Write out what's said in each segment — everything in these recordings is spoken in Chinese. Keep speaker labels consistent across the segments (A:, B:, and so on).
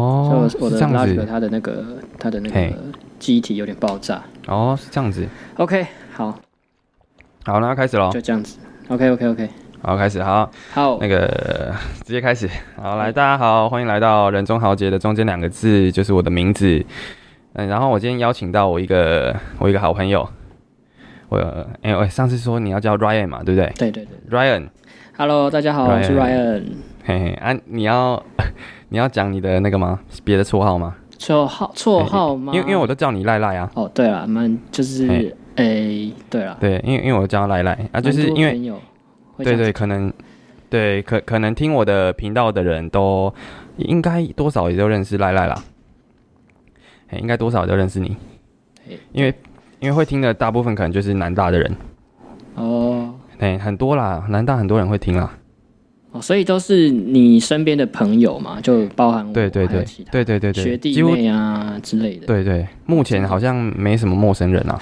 A: 我的
B: 哦是这样子
A: Logic 它的那个它的那
B: 嘿
A: 个记忆体有点爆炸。
B: 哦，是这样子。
A: OK，好，
B: 好，那要开始喽
A: 就。哦这样子。OK OK OK，
B: 好，开始。好，
A: 好
B: 那，个 直接开始。好，来，大家好，欢迎来到人中豪杰的中间两个字，就是我的名字。嗯，然后我今天邀请到我一个我一个好朋友，我哎、我上次说你要叫 Ryan 嘛，对不对
A: 对对对
B: ？Ryan，
A: ，Hello，大家好，我是 Ryan，
B: 嘿嘿啊，你要 你要讲你的那个吗？别的绰号吗？
A: 绰号绰号吗？
B: 哎因为因为我都叫你赖赖啊，
A: 哦，对了，蛮就是诶，对了，
B: 对，因为因为我叫他赖赖啊，就是
A: 蛮多
B: 因为
A: 朋友会
B: 对
A: 这样
B: 对，可能对可可能听我的频道的人都应该多少也都认识赖赖啦，哎，应该多少也都认识你
A: 嘿，
B: 因为因为会听的大部分可能就是南大的人，
A: 哦
B: 哎，很多啦，南大很多人会听啦，
A: 哦，所以都是你身边的朋友嘛，就包含我，
B: 对对
A: 哦还有
B: 对
A: 其他
B: 对对对
A: 学
B: 对，
A: 弟
B: 几乎
A: 妹啊之类的，
B: 对对，目前好像没什么陌生人 啊，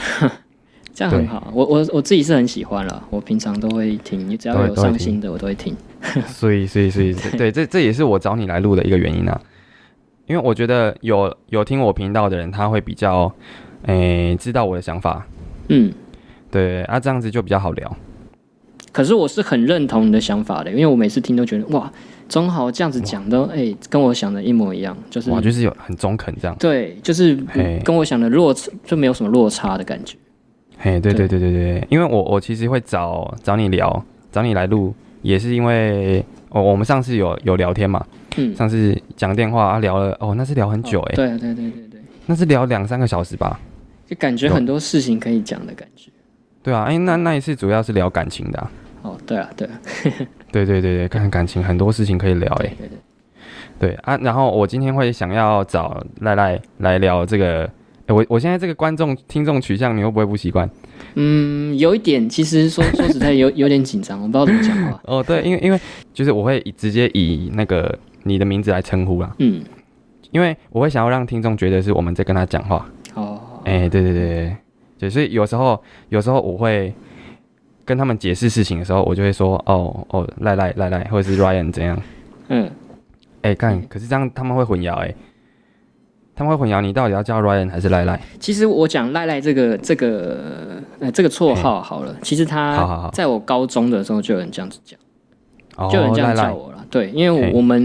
A: 这样很
B: 对
A: 好。我我我自己是很喜欢了，我平常都会听，你只要
B: 都会
A: 有
B: 都会
A: 上
B: 听
A: 新的我都会听。
B: 所以，所以，所以，这 对，这这也是我找你来录的一个原因啊，因为我觉得有有听我频道的人，他会比较，诶、知道我的想法，
A: 嗯，
B: 对啊，这样子就比较好聊，
A: 可是我是很认同你的想法的，因为我每次听都觉得哇，中豪这样子讲都哎、跟我想的一模一样，就是
B: 哇，就是有很中肯这样，
A: 对，就是嗯
B: 嘿
A: 跟我想的落差就没有什么落差的感觉。
B: 嘿，对对对对对，因为我我其实会找找你聊，找你来录，也是因为哦，我们上次有有聊天嘛，
A: 嗯，
B: 上次讲电话、啊、聊了，哦，那是聊很久
A: 哦
B: 诶、
A: 对对对对对，
B: 那是聊两三个小时吧，
A: 就感觉
B: 有
A: 很多事情可以讲的感觉。
B: 对啊，哎、那那一次主要是聊感情的、啊，
A: 哦，对啊，对啊，
B: 对对对对，看感情很多事情可以聊诶、
A: 对对对，
B: 对啊，然后我今天会想要找赖赖来聊这个。诶我我现在这个观众听众取向，你会不会不习惯？
A: 嗯，有一点，其实说 说实在有有点紧张，我不知道怎么讲话。
B: 哦，对，因为因为就是我会以直接以那个你的名字来称呼啦，
A: 嗯，
B: 因为我会想要让听众觉得是我们在跟他讲话。
A: 哦，
B: 哎、对对对对对，所以有时候有时候我会跟他们解释事情的时候，我就会说哦哦赖赖赖赖，或者是 Ryan 怎样。
A: 嗯，
B: 哎、看，可是这样他们会混淆哎、他们会混淆你到底要叫 Ryan 还是赖赖。
A: 其实我讲赖赖这个这个呃这个绰号好了，其实
B: 好好
A: 他
B: 好
A: 在我高中的时候就有人这样子讲。
B: 哦，
A: 就有人这
B: 赖
A: 样
B: 赖
A: 叫我了。对，因为
B: 嘿
A: 我我们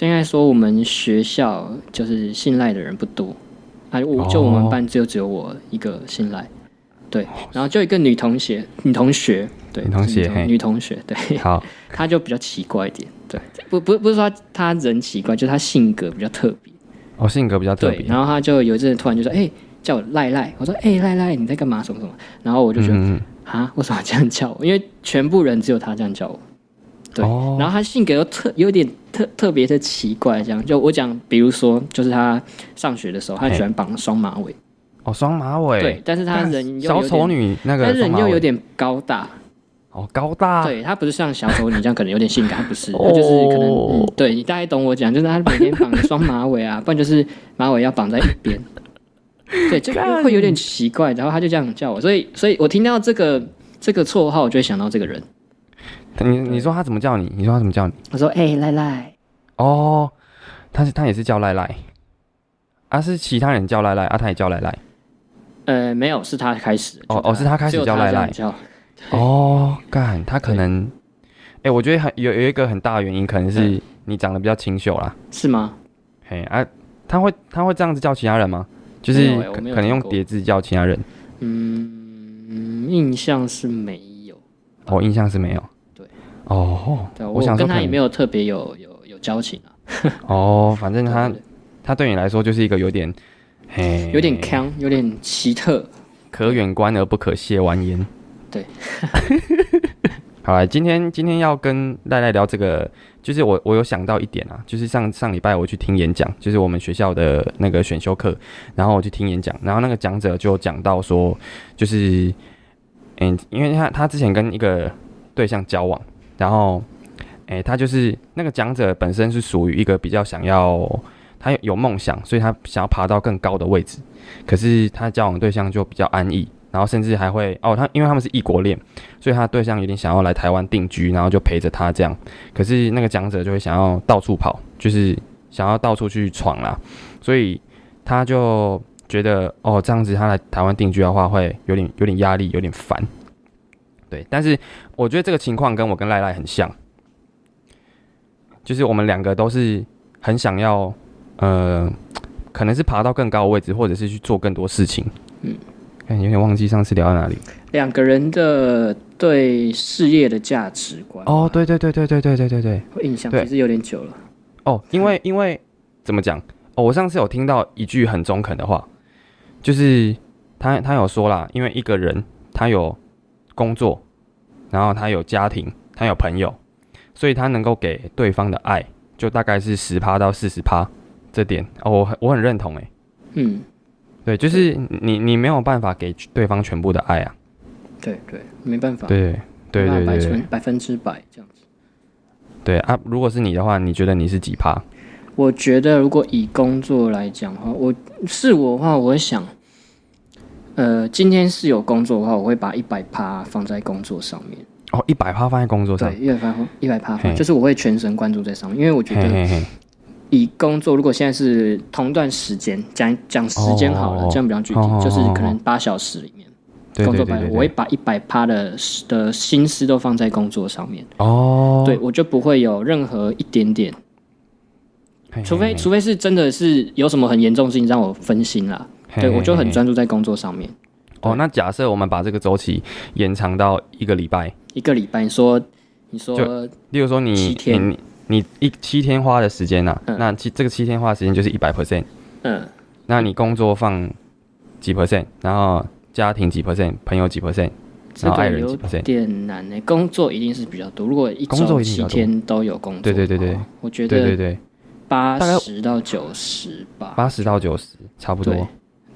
A: 应该说我们学校就是信赖的人不多，啊，我
B: 哦
A: 就我们班就只有我一个信赖。对，然后就一个女同学，女同学，对，
B: 女同学
A: 是
B: 嘿
A: 女同学，对，
B: 好，
A: 她就比较奇怪一点， 对，不不不是说她她人奇怪，就是她性格比较特别，
B: 我、性格比较特
A: 对，
B: 别。
A: 然后她就有一阵突然就说，哎、叫我赖赖，我说，哎、赖赖，你在干嘛？什么什么？然后我就觉得，
B: 嗯嗯
A: 啊，为什么这样叫我？因为全部人只有他这样叫我。对，
B: 哦
A: 然后他性格又特有点特特别的奇怪，这样就我讲，比如说就是他上学的时候，他
B: 嘿
A: 喜欢绑双马尾，
B: 哦，双马尾。
A: 对，，但是他人又有
B: 小
A: 点
B: 丑，女那
A: 他
B: 个双
A: 人
B: 马
A: 又有
B: 尾，
A: 点高大，
B: 哦，高大。
A: 对他不是像小丑女这样可能有点性感，他不是，
B: 哦
A: 他就是可能、嗯、对你大概懂我讲，就是他每天绑个双马尾啊，不然就是马尾要绑在一 边，对，就
B: 干
A: 会有点奇怪，然后他就这样叫我，所以所以我听到这个这个绰号，我就会想到这个人。
B: 你你说他怎么叫你？你说他怎么叫你？
A: 我说：“哎、赖赖，
B: 哦，他是他也是叫赖赖，啊是其他人叫赖赖，啊他也叫赖赖。
A: 呃，没有，是他开始的。
B: 哦
A: 就
B: 哦是他开始
A: 只有
B: 叫
A: 他
B: 赖
A: 这样
B: 赖
A: 叫
B: 哦，干，他可能，哎、我觉得很有有一个很大的原因，可能是你长得比较清秀啦。
A: 是吗？
B: 嘿啊，他会他会这样子叫其他人吗？就是
A: 没有欸我
B: 可
A: 没有
B: 可能用
A: 听过
B: 叠字叫其他人，
A: 嗯，印象是没有。
B: 我、哦印象是没有。
A: 对，
B: 哦，
A: 对，
B: 我想说
A: 跟他
B: 可
A: 也
B: 能
A: 没有特别有有有交情啊，
B: 哦，反正他
A: 对对
B: 他对你来说就是一个有点，嘿，
A: 对有点腔，有点奇特。
B: 可远观而不可亵玩焉。
A: 对，
B: 好来，今天今天要跟赖赖聊这个，就是我我有想到一点啊，就是上上礼拜我去听演讲，就是我们学校的那个选修课，然后我去听演讲，然后那个讲者就讲到说，就是，嗯、因为他他之前跟一个对象交往，然后，诶、他就是那个讲者本身是属于一个比较想要，他有有梦想，所以他想要爬到更高的位置，可是他交往对象就比较安逸，然后甚至还会哦，他因为他们是异国恋，所以他对象有点想要来台湾定居，然后就陪着他这样。可是那个讲者就会想要到处跑，就是想要到处去闯啦，所以他就觉得哦，这样子他来台湾定居的话会有点有点压力，有点烦。对，但是我觉得这个情况跟我跟赖赖很像，就是我们两个都是很想要，呃，可能是爬到更高的位置，或者是去做更多事情。嗯，看有点忘记上次聊到哪里。
A: 两个人的对事业的价值观
B: 哦，对对对对对对对对对，
A: 我印象
B: 对
A: 其实有点久了。
B: 哦，因为因为怎么讲？哦，我上次有听到一句很中肯的话，就是他他有说啦，因为一个人他有工作，然后他有家庭，他有朋友，所以他能够给对方的爱就大概是十趴到四十趴，这点哦，我很我很认同诶。哎
A: 嗯，
B: 对，就是你你没有办法给对方全部的爱啊。
A: 对对，没办法，
B: 对对
A: 没
B: 对对
A: 办法百
B: 对
A: 分百分之百这样子。
B: 对啊！如果是你的话，你觉得你是几趴？
A: 我觉得如果以工作来讲的话，我是我的话，我会想，呃，今天是有工作的话，我会把一百趴放在工作上面。
B: 哦，一百趴放在工作上
A: 对，。一百趴，一百趴
B: 嘿，
A: 就是我会全神贯注在上面，因为我觉
B: 嘿
A: 得
B: 嘿嘿，
A: 以工作，如果现在是同段时间，讲讲时间好了，
B: 哦
A: 这样比较具体，
B: 哦哦
A: 就是
B: 哦哦
A: 可能八小时里面。
B: 对
A: 工
B: 对
A: 作
B: 对
A: 百
B: 对
A: 分，
B: 对
A: 我会把一百趴的的心思都放在工作上面，
B: 哦，
A: 对我就不会有任何一点点，
B: 嘿，
A: 除非
B: 嘿
A: 除非是真的是有什么很严重的事情让我分心啦，
B: 嘿
A: 对
B: 嘿
A: 我就
B: 嘿
A: 很
B: 嘿
A: 专注在工作上面。
B: 哦，那假设我们把这个周期延长到一个礼拜，
A: 一个礼拜，你说你说
B: 例如说你
A: 七天
B: 你你你一七天花的时间呐、啊那七这个七天花的时间就是一百 percent，
A: 嗯，
B: 那你工作放几 percent，然后家庭几 percent，朋友几 percent，
A: 这
B: 然后爱
A: 个
B: 人
A: 有
B: 几 percent，
A: 点难呢、工作一定是比较多，如果一
B: 工作
A: 周
B: 一定比
A: 七
B: 较多
A: 天都有工作，
B: 对对对对，
A: 我觉
B: 对对
A: 得
B: 对，
A: 八
B: 大概
A: 十到九十吧，
B: 八十到九十差不多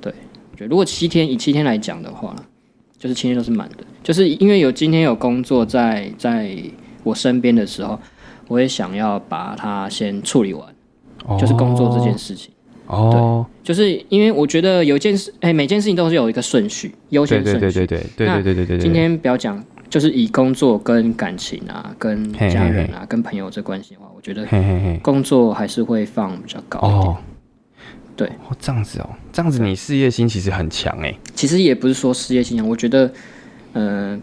A: 对。我觉得如果七天以七天来讲的话，就是七天都是满的，就是因为有今天有工作在在我身边的时候，我也想要把它先处理完，
B: 哦
A: 就是工作这件事情。
B: 哦，
A: 就是因为我觉得有一件事，哎，每件事情都是有一个顺序，优
B: 对
A: 先顺
B: 对对
A: 序。
B: 对对对对
A: 那
B: 对对对对，
A: 今天不要讲，就是以工作跟感情啊、跟
B: 嘿嘿
A: 家人啊、跟朋友这关系的话，我觉得
B: 嘿嘿嘿，
A: 工作还是会放比较高一点。
B: 哦，
A: 对
B: 哦，这样子哦，这样子你事业心其实很强哎，
A: 其实也不是说事业心强，我觉得，呃，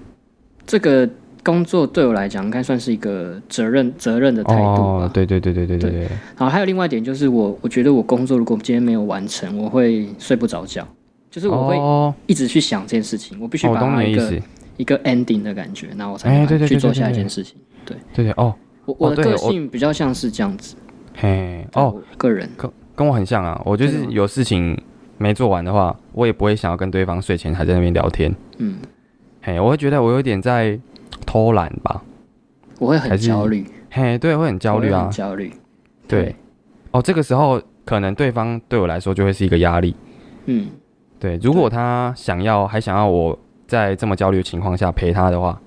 A: 这个工作对我来讲，应该算是一个责任责任的态度吧。
B: 哦，对对对对对对对，
A: 然后还有另外一点就是我，我觉得我工作如果今天没有完成，我会睡不着觉，就是我会
B: 哦，
A: 一直去想这件事情，我必须
B: 哦我
A: 把
B: 懂
A: 它
B: 你的
A: 一
B: 意
A: 个、
B: 思。
A: 一个 ending 的感觉，那我才
B: 哎
A: 能
B: 对对对
A: 去
B: 对
A: 做
B: 对
A: 下一
B: 对
A: 件事情。对
B: 对对哦，
A: 我我
B: 哦
A: 的
B: 对
A: 个
B: 我
A: 性比较像是这样子
B: 嘿，
A: 对
B: 哦，
A: 我个人
B: 跟我很像啊。我就是
A: 真的吗
B: 有事情没做完的话，我也不会想要跟对方睡前还在那边聊天。
A: 嗯，
B: 嘿，我会觉得我有点在偷懒吧。
A: 我会很
B: 还是
A: 焦虑，
B: 嘿，对，会很焦虑
A: 我会
B: 啊
A: 很。焦虑，
B: 对，哦，这个时候可能对方对我来说就会是一个压力。
A: 嗯，
B: 对，如果他想要还想要我在这么焦虑的情况下陪他的话，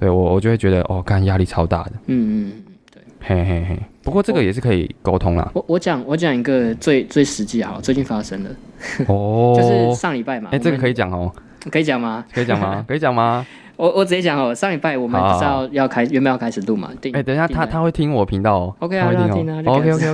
B: 对我我就会觉得哦，干压力超大的。
A: 嗯嗯嗯。
B: 嘿嘿嘿，不过这个也是可以沟通 啦。
A: 我我讲我讲一个最最实际好了，最近发生的，
B: 哦，
A: 就是上礼拜嘛。
B: 哎，这个可
A: 以
B: 以讲哦，
A: 可以讲吗？
B: 可以讲吗？可以讲吗？
A: 我我直接讲好了，上礼拜我们
B: 好
A: 不是
B: 好
A: 要要开原本要开始录嘛？定
B: 哎、等一下，他他会听我频道哦。
A: 啊 OK 啊
B: 他会
A: 让他
B: 听
A: 听
B: 哦。
A: 啊
B: OK
A: 就
B: OK
A: 给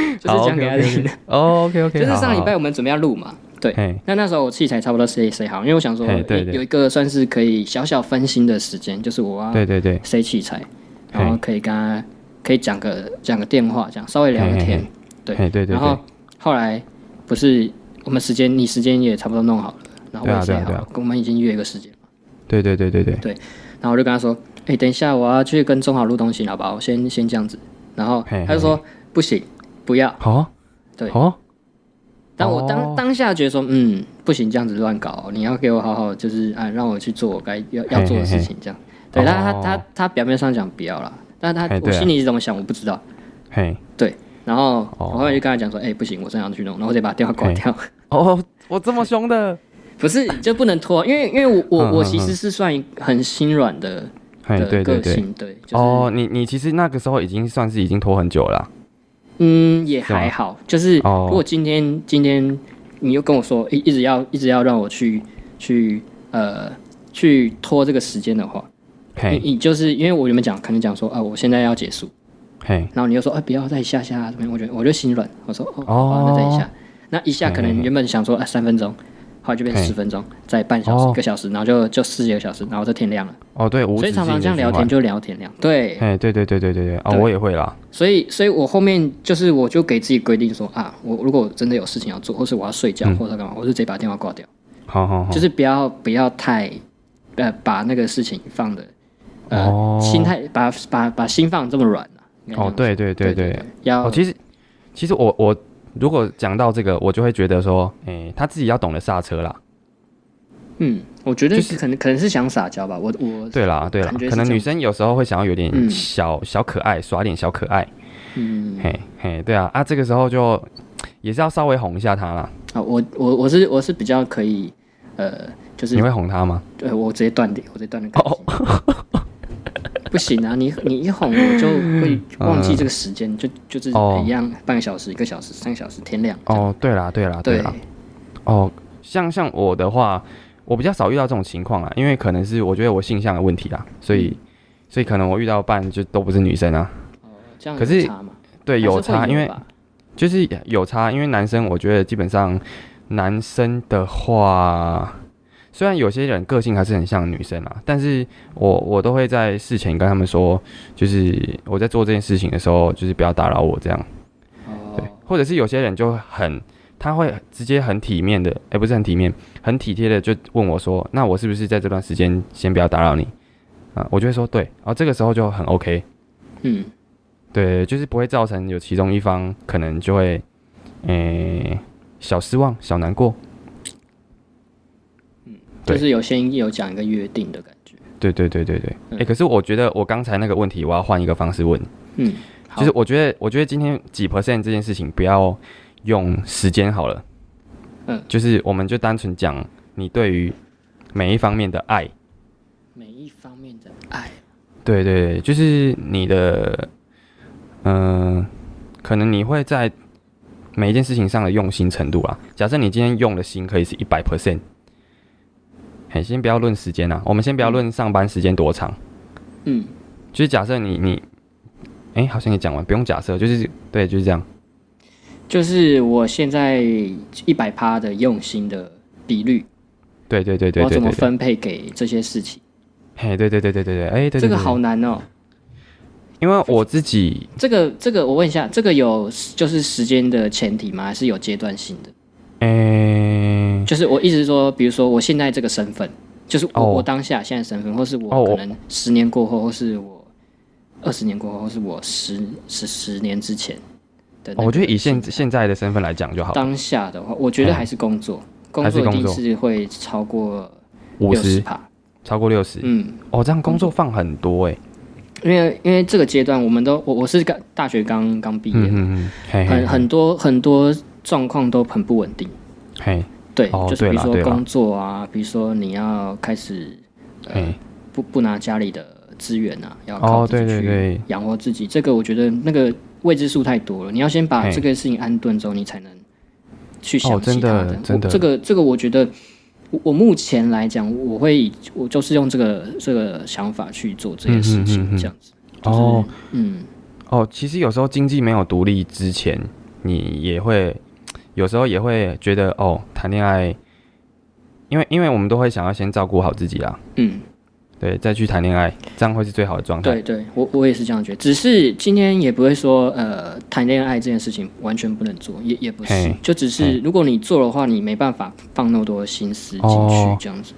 B: OK，
A: 就是讲给他听的。
B: 哦 OK OK，
A: 就是上礼拜我们准备要录嘛，对。
B: 嘿，
A: 那那时候我器材差不多塞塞好，因为我想说
B: 嘿对对
A: 有有一个算是可以小小分心的时间，就是我要
B: 对对对，
A: 塞器材，然后可以跟他可以讲个讲个电话，这样稍微聊个
B: 嘿嘿
A: 天
B: 嘿。
A: 对
B: 嘿对对
A: 然
B: 对
A: 后，后来不是我们时间，你时间也差不多弄好了，然后我
B: 对啊
A: 也写
B: 对啊
A: 好
B: 对啊
A: 了，我们已经约一个时间了。
B: 对对对对对，
A: 然后我就跟他说：“哎，等一下我要去跟中好录东西，好不好？我先先这样子。”然后
B: 嘿嘿
A: 他就说：“不行，不要。
B: 好、哦，
A: 对
B: 好、哦，”
A: 但我
B: 哦
A: 当当下觉得说：“嗯，不行，这样子乱搞，你要给我好好就是啊，让我去做我该要要做的事情。”这样，对，但他
B: 哦
A: 他他他表面上讲不要了，但他
B: 嘿对
A: 我
B: 啊
A: 心里是怎么想我不知道。
B: 嘿，
A: 然后
B: 哦
A: 我后来就跟他讲说：“哎，不行，我真的要去弄。”然后我得把电话挂
B: 嘿
A: 掉。
B: 哦，我这么凶的，
A: 不是就不能拖，因为因为我
B: 嗯嗯
A: 我
B: 嗯
A: 我其实是算一个很心软的
B: 嘿，
A: 的
B: 对对
A: 个
B: 对。
A: 性，对，就是、
B: 哦，你你其实那个时候已经算是已经拖很久了啊、
A: 嗯也
B: 是吗
A: 还好，就是
B: 哦
A: 如果今天今天你又跟我说一一直要一直要让我去去呃去拖这个时间的话，你
B: 嘿，
A: 你就是因为我原本讲可能讲说啊、我现在要结束，
B: 嘿，
A: 然后你又说，哎，不要再一下下啊怎么样？我觉得我就心软，我说哦，
B: 哦
A: 好吧，那再一下，那一下可
B: 嘿嘿
A: 能
B: 嘿
A: 原本想说啊三分钟，后来就变
B: 嘿
A: 十分钟，再半小时、
B: 哦
A: 一个小时，然后就就四个小时，然后就天亮了。
B: 哦，对，无
A: 所
B: 止
A: 以
B: 境
A: 常
B: 的
A: 常
B: 循
A: 这样聊天
B: 环。
A: 就聊天量，对，
B: 哎，对对对对对对，哦，
A: 对
B: 我也会啦。
A: 所以所以我后面就是我就给自己规定说啊，我如果真的有事情要做，或是我要睡觉，
B: 嗯
A: 或者干嘛，我就直接把电话挂掉，
B: 好好好
A: 就，是不要不要太呃把那个事情放的
B: 哦
A: 呃心态把把把心放得这么软啊应该这
B: 哦
A: 样，
B: 对对对
A: 对
B: 对，
A: 要
B: 哦，其实其实我我如果讲到这个，我就会觉得说，诶，他自己要懂得刹车啦。
A: 嗯，我觉得
B: 就是
A: 是可能可能是想撒娇吧，我我
B: 对啦对啦
A: 感觉，是
B: 可能
A: 这样
B: 女生有时候会想要有点
A: 嗯
B: 小小可爱，耍点小可爱。
A: 嗯，
B: 嘿嘿，对啊啊，这个时候就也是要稍微哄一下他啦。
A: 好，啊我我我是我是比较可以呃，就是
B: 你会哄他吗？
A: 对呃我直接断点，我直接断的感
B: 哦
A: 情。不行啊，你你一哄我就会忘记这个时间，就就是
B: 嗯哦
A: 一样，半个小时、一个小时、三个小时，天亮。
B: 哦，对啦对啦
A: 对
B: 啦，哦，像像我的话，我比较少遇到这种情况啦，啊因为可能是我觉得我性向的问题啦，所以
A: 嗯
B: 所以可能我遇到伴就都不是女生啊。
A: 哦这样
B: 可是
A: 有差嘛？
B: 对，
A: 还是
B: 有
A: 会
B: 差，因为
A: 吧
B: 就是有差，因为男生我觉得基本上男生的话，虽然有些人个性还是很像女生啊，但是我我都会在事前跟他们说，就是我在做这件事情的时候，就是不要打扰我这样。
A: 哦
B: 对，或者是有些人就很，他会直接很体面的，哎、不是很体面，很体贴的就问我说，那我是不是在这段时间先不要打扰你？啊，我就会说对，然、后这个时候就很 OK，
A: 嗯，
B: 对，就是不会造成有其中一方可能就会，诶、小失望、小难过，对
A: 就是有先有讲一个约定的感觉。
B: 对对对对对，哎、
A: 嗯
B: 可是我觉得我刚才那个问题，我要换一个方式问，
A: 嗯，好
B: 就是我觉得，我觉得今天几 percent 这件事情不要用时间好了，
A: 嗯
B: 就是我们就单纯讲你对于每一方面的爱，
A: 每一方面的爱，
B: 对对对，就是你的，嗯、可能你会在每一件事情上的用心程度啦。假设你今天用的心可以是一百 percent，嘿，先不要论时间啦，啊我们先不要论上班时间多长，
A: 嗯，
B: 就是假设你你，哎、好像也讲完，不用假设，就是对，就是这样。
A: 就是我现在一百趴的用心的比率，
B: 对对对
A: 我
B: 对
A: 要
B: 对
A: 怎么
B: 对对，
A: 分配给这些事情？
B: 嘿，对对对对对对，哎、对对
A: 这个
B: 对
A: 好难哦。
B: 因为我自己
A: 这个这个，我问一下，这个有就是时间的前提吗？还是有阶段性的？
B: 诶、
A: 就是我一直说，比如说我现在这个身份，就是我、
B: 哦
A: 我当下现在身份，或是
B: 哦
A: 我
B: 我
A: 可能十年过后，或是我二十年过后，或是我十十十年之前的那个、
B: 哦我觉得以现现在的身份来讲就好了，
A: 当下的话，我觉得
B: 嗯
A: 还是工作，工
B: 还是
A: 作一
B: 工
A: 定
B: 作
A: 是会超过
B: 五
A: 十
B: 十
A: 趴。
B: 超过六十、
A: 嗯，
B: 哦，这样工作放很多哎、
A: 因为因为这个阶段，我们都我我是刚大学刚刚毕业，
B: 嗯嗯嗯，嘿嘿
A: 很很多很多状况都很不稳定。
B: 嘿，
A: 对，
B: 哦
A: 就是比如
B: 对啦对
A: 说
B: 啦
A: 工作啊，比如说你要开始呃
B: 嘿，
A: 不不拿家里的资源啊，要靠
B: 哦
A: 自
B: 对
A: 己
B: 对对
A: 去养活自己。这个我觉得那个未知数太多了，你要先把
B: 嘿
A: 这个事情安顿之后，你才能去
B: 哦
A: 想
B: 真
A: 其他
B: 的
A: 的。
B: 真的
A: 我这个这个我觉得。我我目前来讲，我会以我就是用这个这个想法去做这件事
B: 嗯嗯
A: 情，
B: 嗯嗯
A: 这样子。就是
B: 哦，
A: 嗯，
B: 哦，其实有时候经济没有独立之前，你也会有时候也会觉得哦，谈恋爱，因为因为我们都会想要先照顾好自己啦，
A: 嗯，
B: 对，再去谈恋爱，这样会是最好的状态。
A: 对对，我我也是这样觉得。只是今天也不会说，呃，谈恋爱这件事情完全不能做，也也不是
B: 嘿，
A: 就只是
B: 嘿
A: 如果你做的话，你没办法放那么多心思进
B: 哦
A: 去，这样子。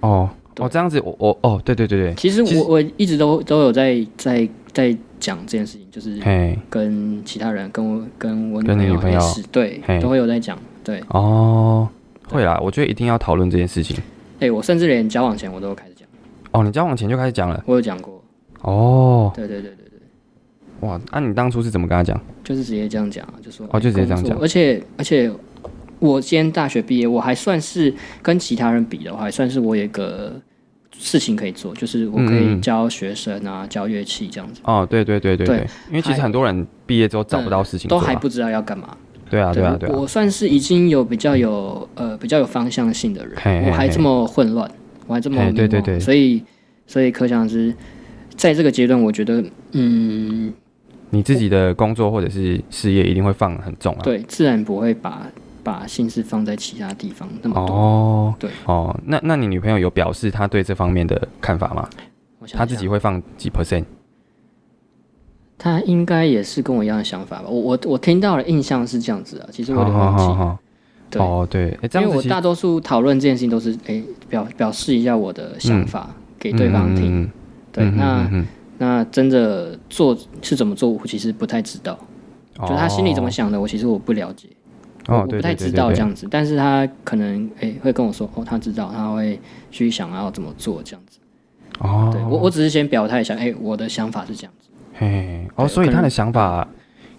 B: 哦
A: 对
B: 哦，这样子，我我哦，对对对
A: 其实
B: 其实
A: 我我一直都都有在在在讲这件事情，就是
B: 对，嘿，
A: 跟其他人，跟我跟我女
B: 跟你
A: 朋友
B: 女朋
A: 也
B: 友
A: 是，对
B: 嘿，
A: 都会有在讲。对，
B: 哦，会啦，我觉得一定要讨论这件事情。
A: 哎，我甚至连交往前我都有开始讲，
B: 哦，你交往前就开始讲了，
A: 我有讲过。
B: 哦，
A: 对对对对对，
B: 哇，那、你当初是怎么跟他讲？
A: 就是直接这样讲啊，就说
B: 哦就直接这样讲
A: 工作而且而且，我今天大学毕业，我还算是跟其他人比的话，还算是我有一个事情可以做，就是我可
B: 嗯嗯
A: 以
B: 嗯
A: 教学生啊，教乐器这样子，
B: 哦，对对对对
A: 对
B: 对，因为其实
A: 还
B: 很多人毕业之后找不到事情
A: 都
B: 做、啊
A: 还不知道要干嘛。
B: 对啊，对啊，对啊
A: 我，我算是已经有比较有呃比较有方向性的人，
B: 嘿嘿嘿
A: 我还这么混乱，我还这么
B: 嘿
A: 迷茫，
B: 对对对
A: 所以所以可想而知，在这个阶段，我觉得嗯，
B: 你自己的工作或者是事业一定会放很重啊。
A: 对，自然不会把把心思放在其他地方那么多。
B: 哦，
A: 对，
B: 哦，那那你女朋友有表示她对这方面的看法吗？
A: 我想
B: 她自己
A: 想，
B: 会放几 percent？
A: 他应该也是跟我一样的想法吧？我我我听到的印象是这样子啊，其实我有点忘记。
B: 哦
A: 对，
B: 哦，对，哎，这
A: 因
B: 样
A: 为
B: 子
A: 我
B: 其实
A: 大多数讨论这件事情都是诶、表表示一下我的想法、给对方听。
B: 嗯嗯嗯嗯
A: 对，
B: 嗯嗯
A: 那、
B: 嗯嗯
A: 那真的做是怎么做，我其实不太知道。
B: 嗯
A: 就他心里怎么想的，我其实我不了解，我
B: 哦，
A: 我
B: 对
A: 不太
B: 对对
A: 知
B: 对
A: 道
B: 对
A: 这样子。但是他可能诶、会跟我说，哦，他知道，他会去想要怎么做这样子。
B: 哦，
A: 对我我只是先表态一下，诶、我的想法是这样子。
B: 嘿，哦，
A: 对
B: 所以
A: 可
B: 他的
A: 能
B: 想法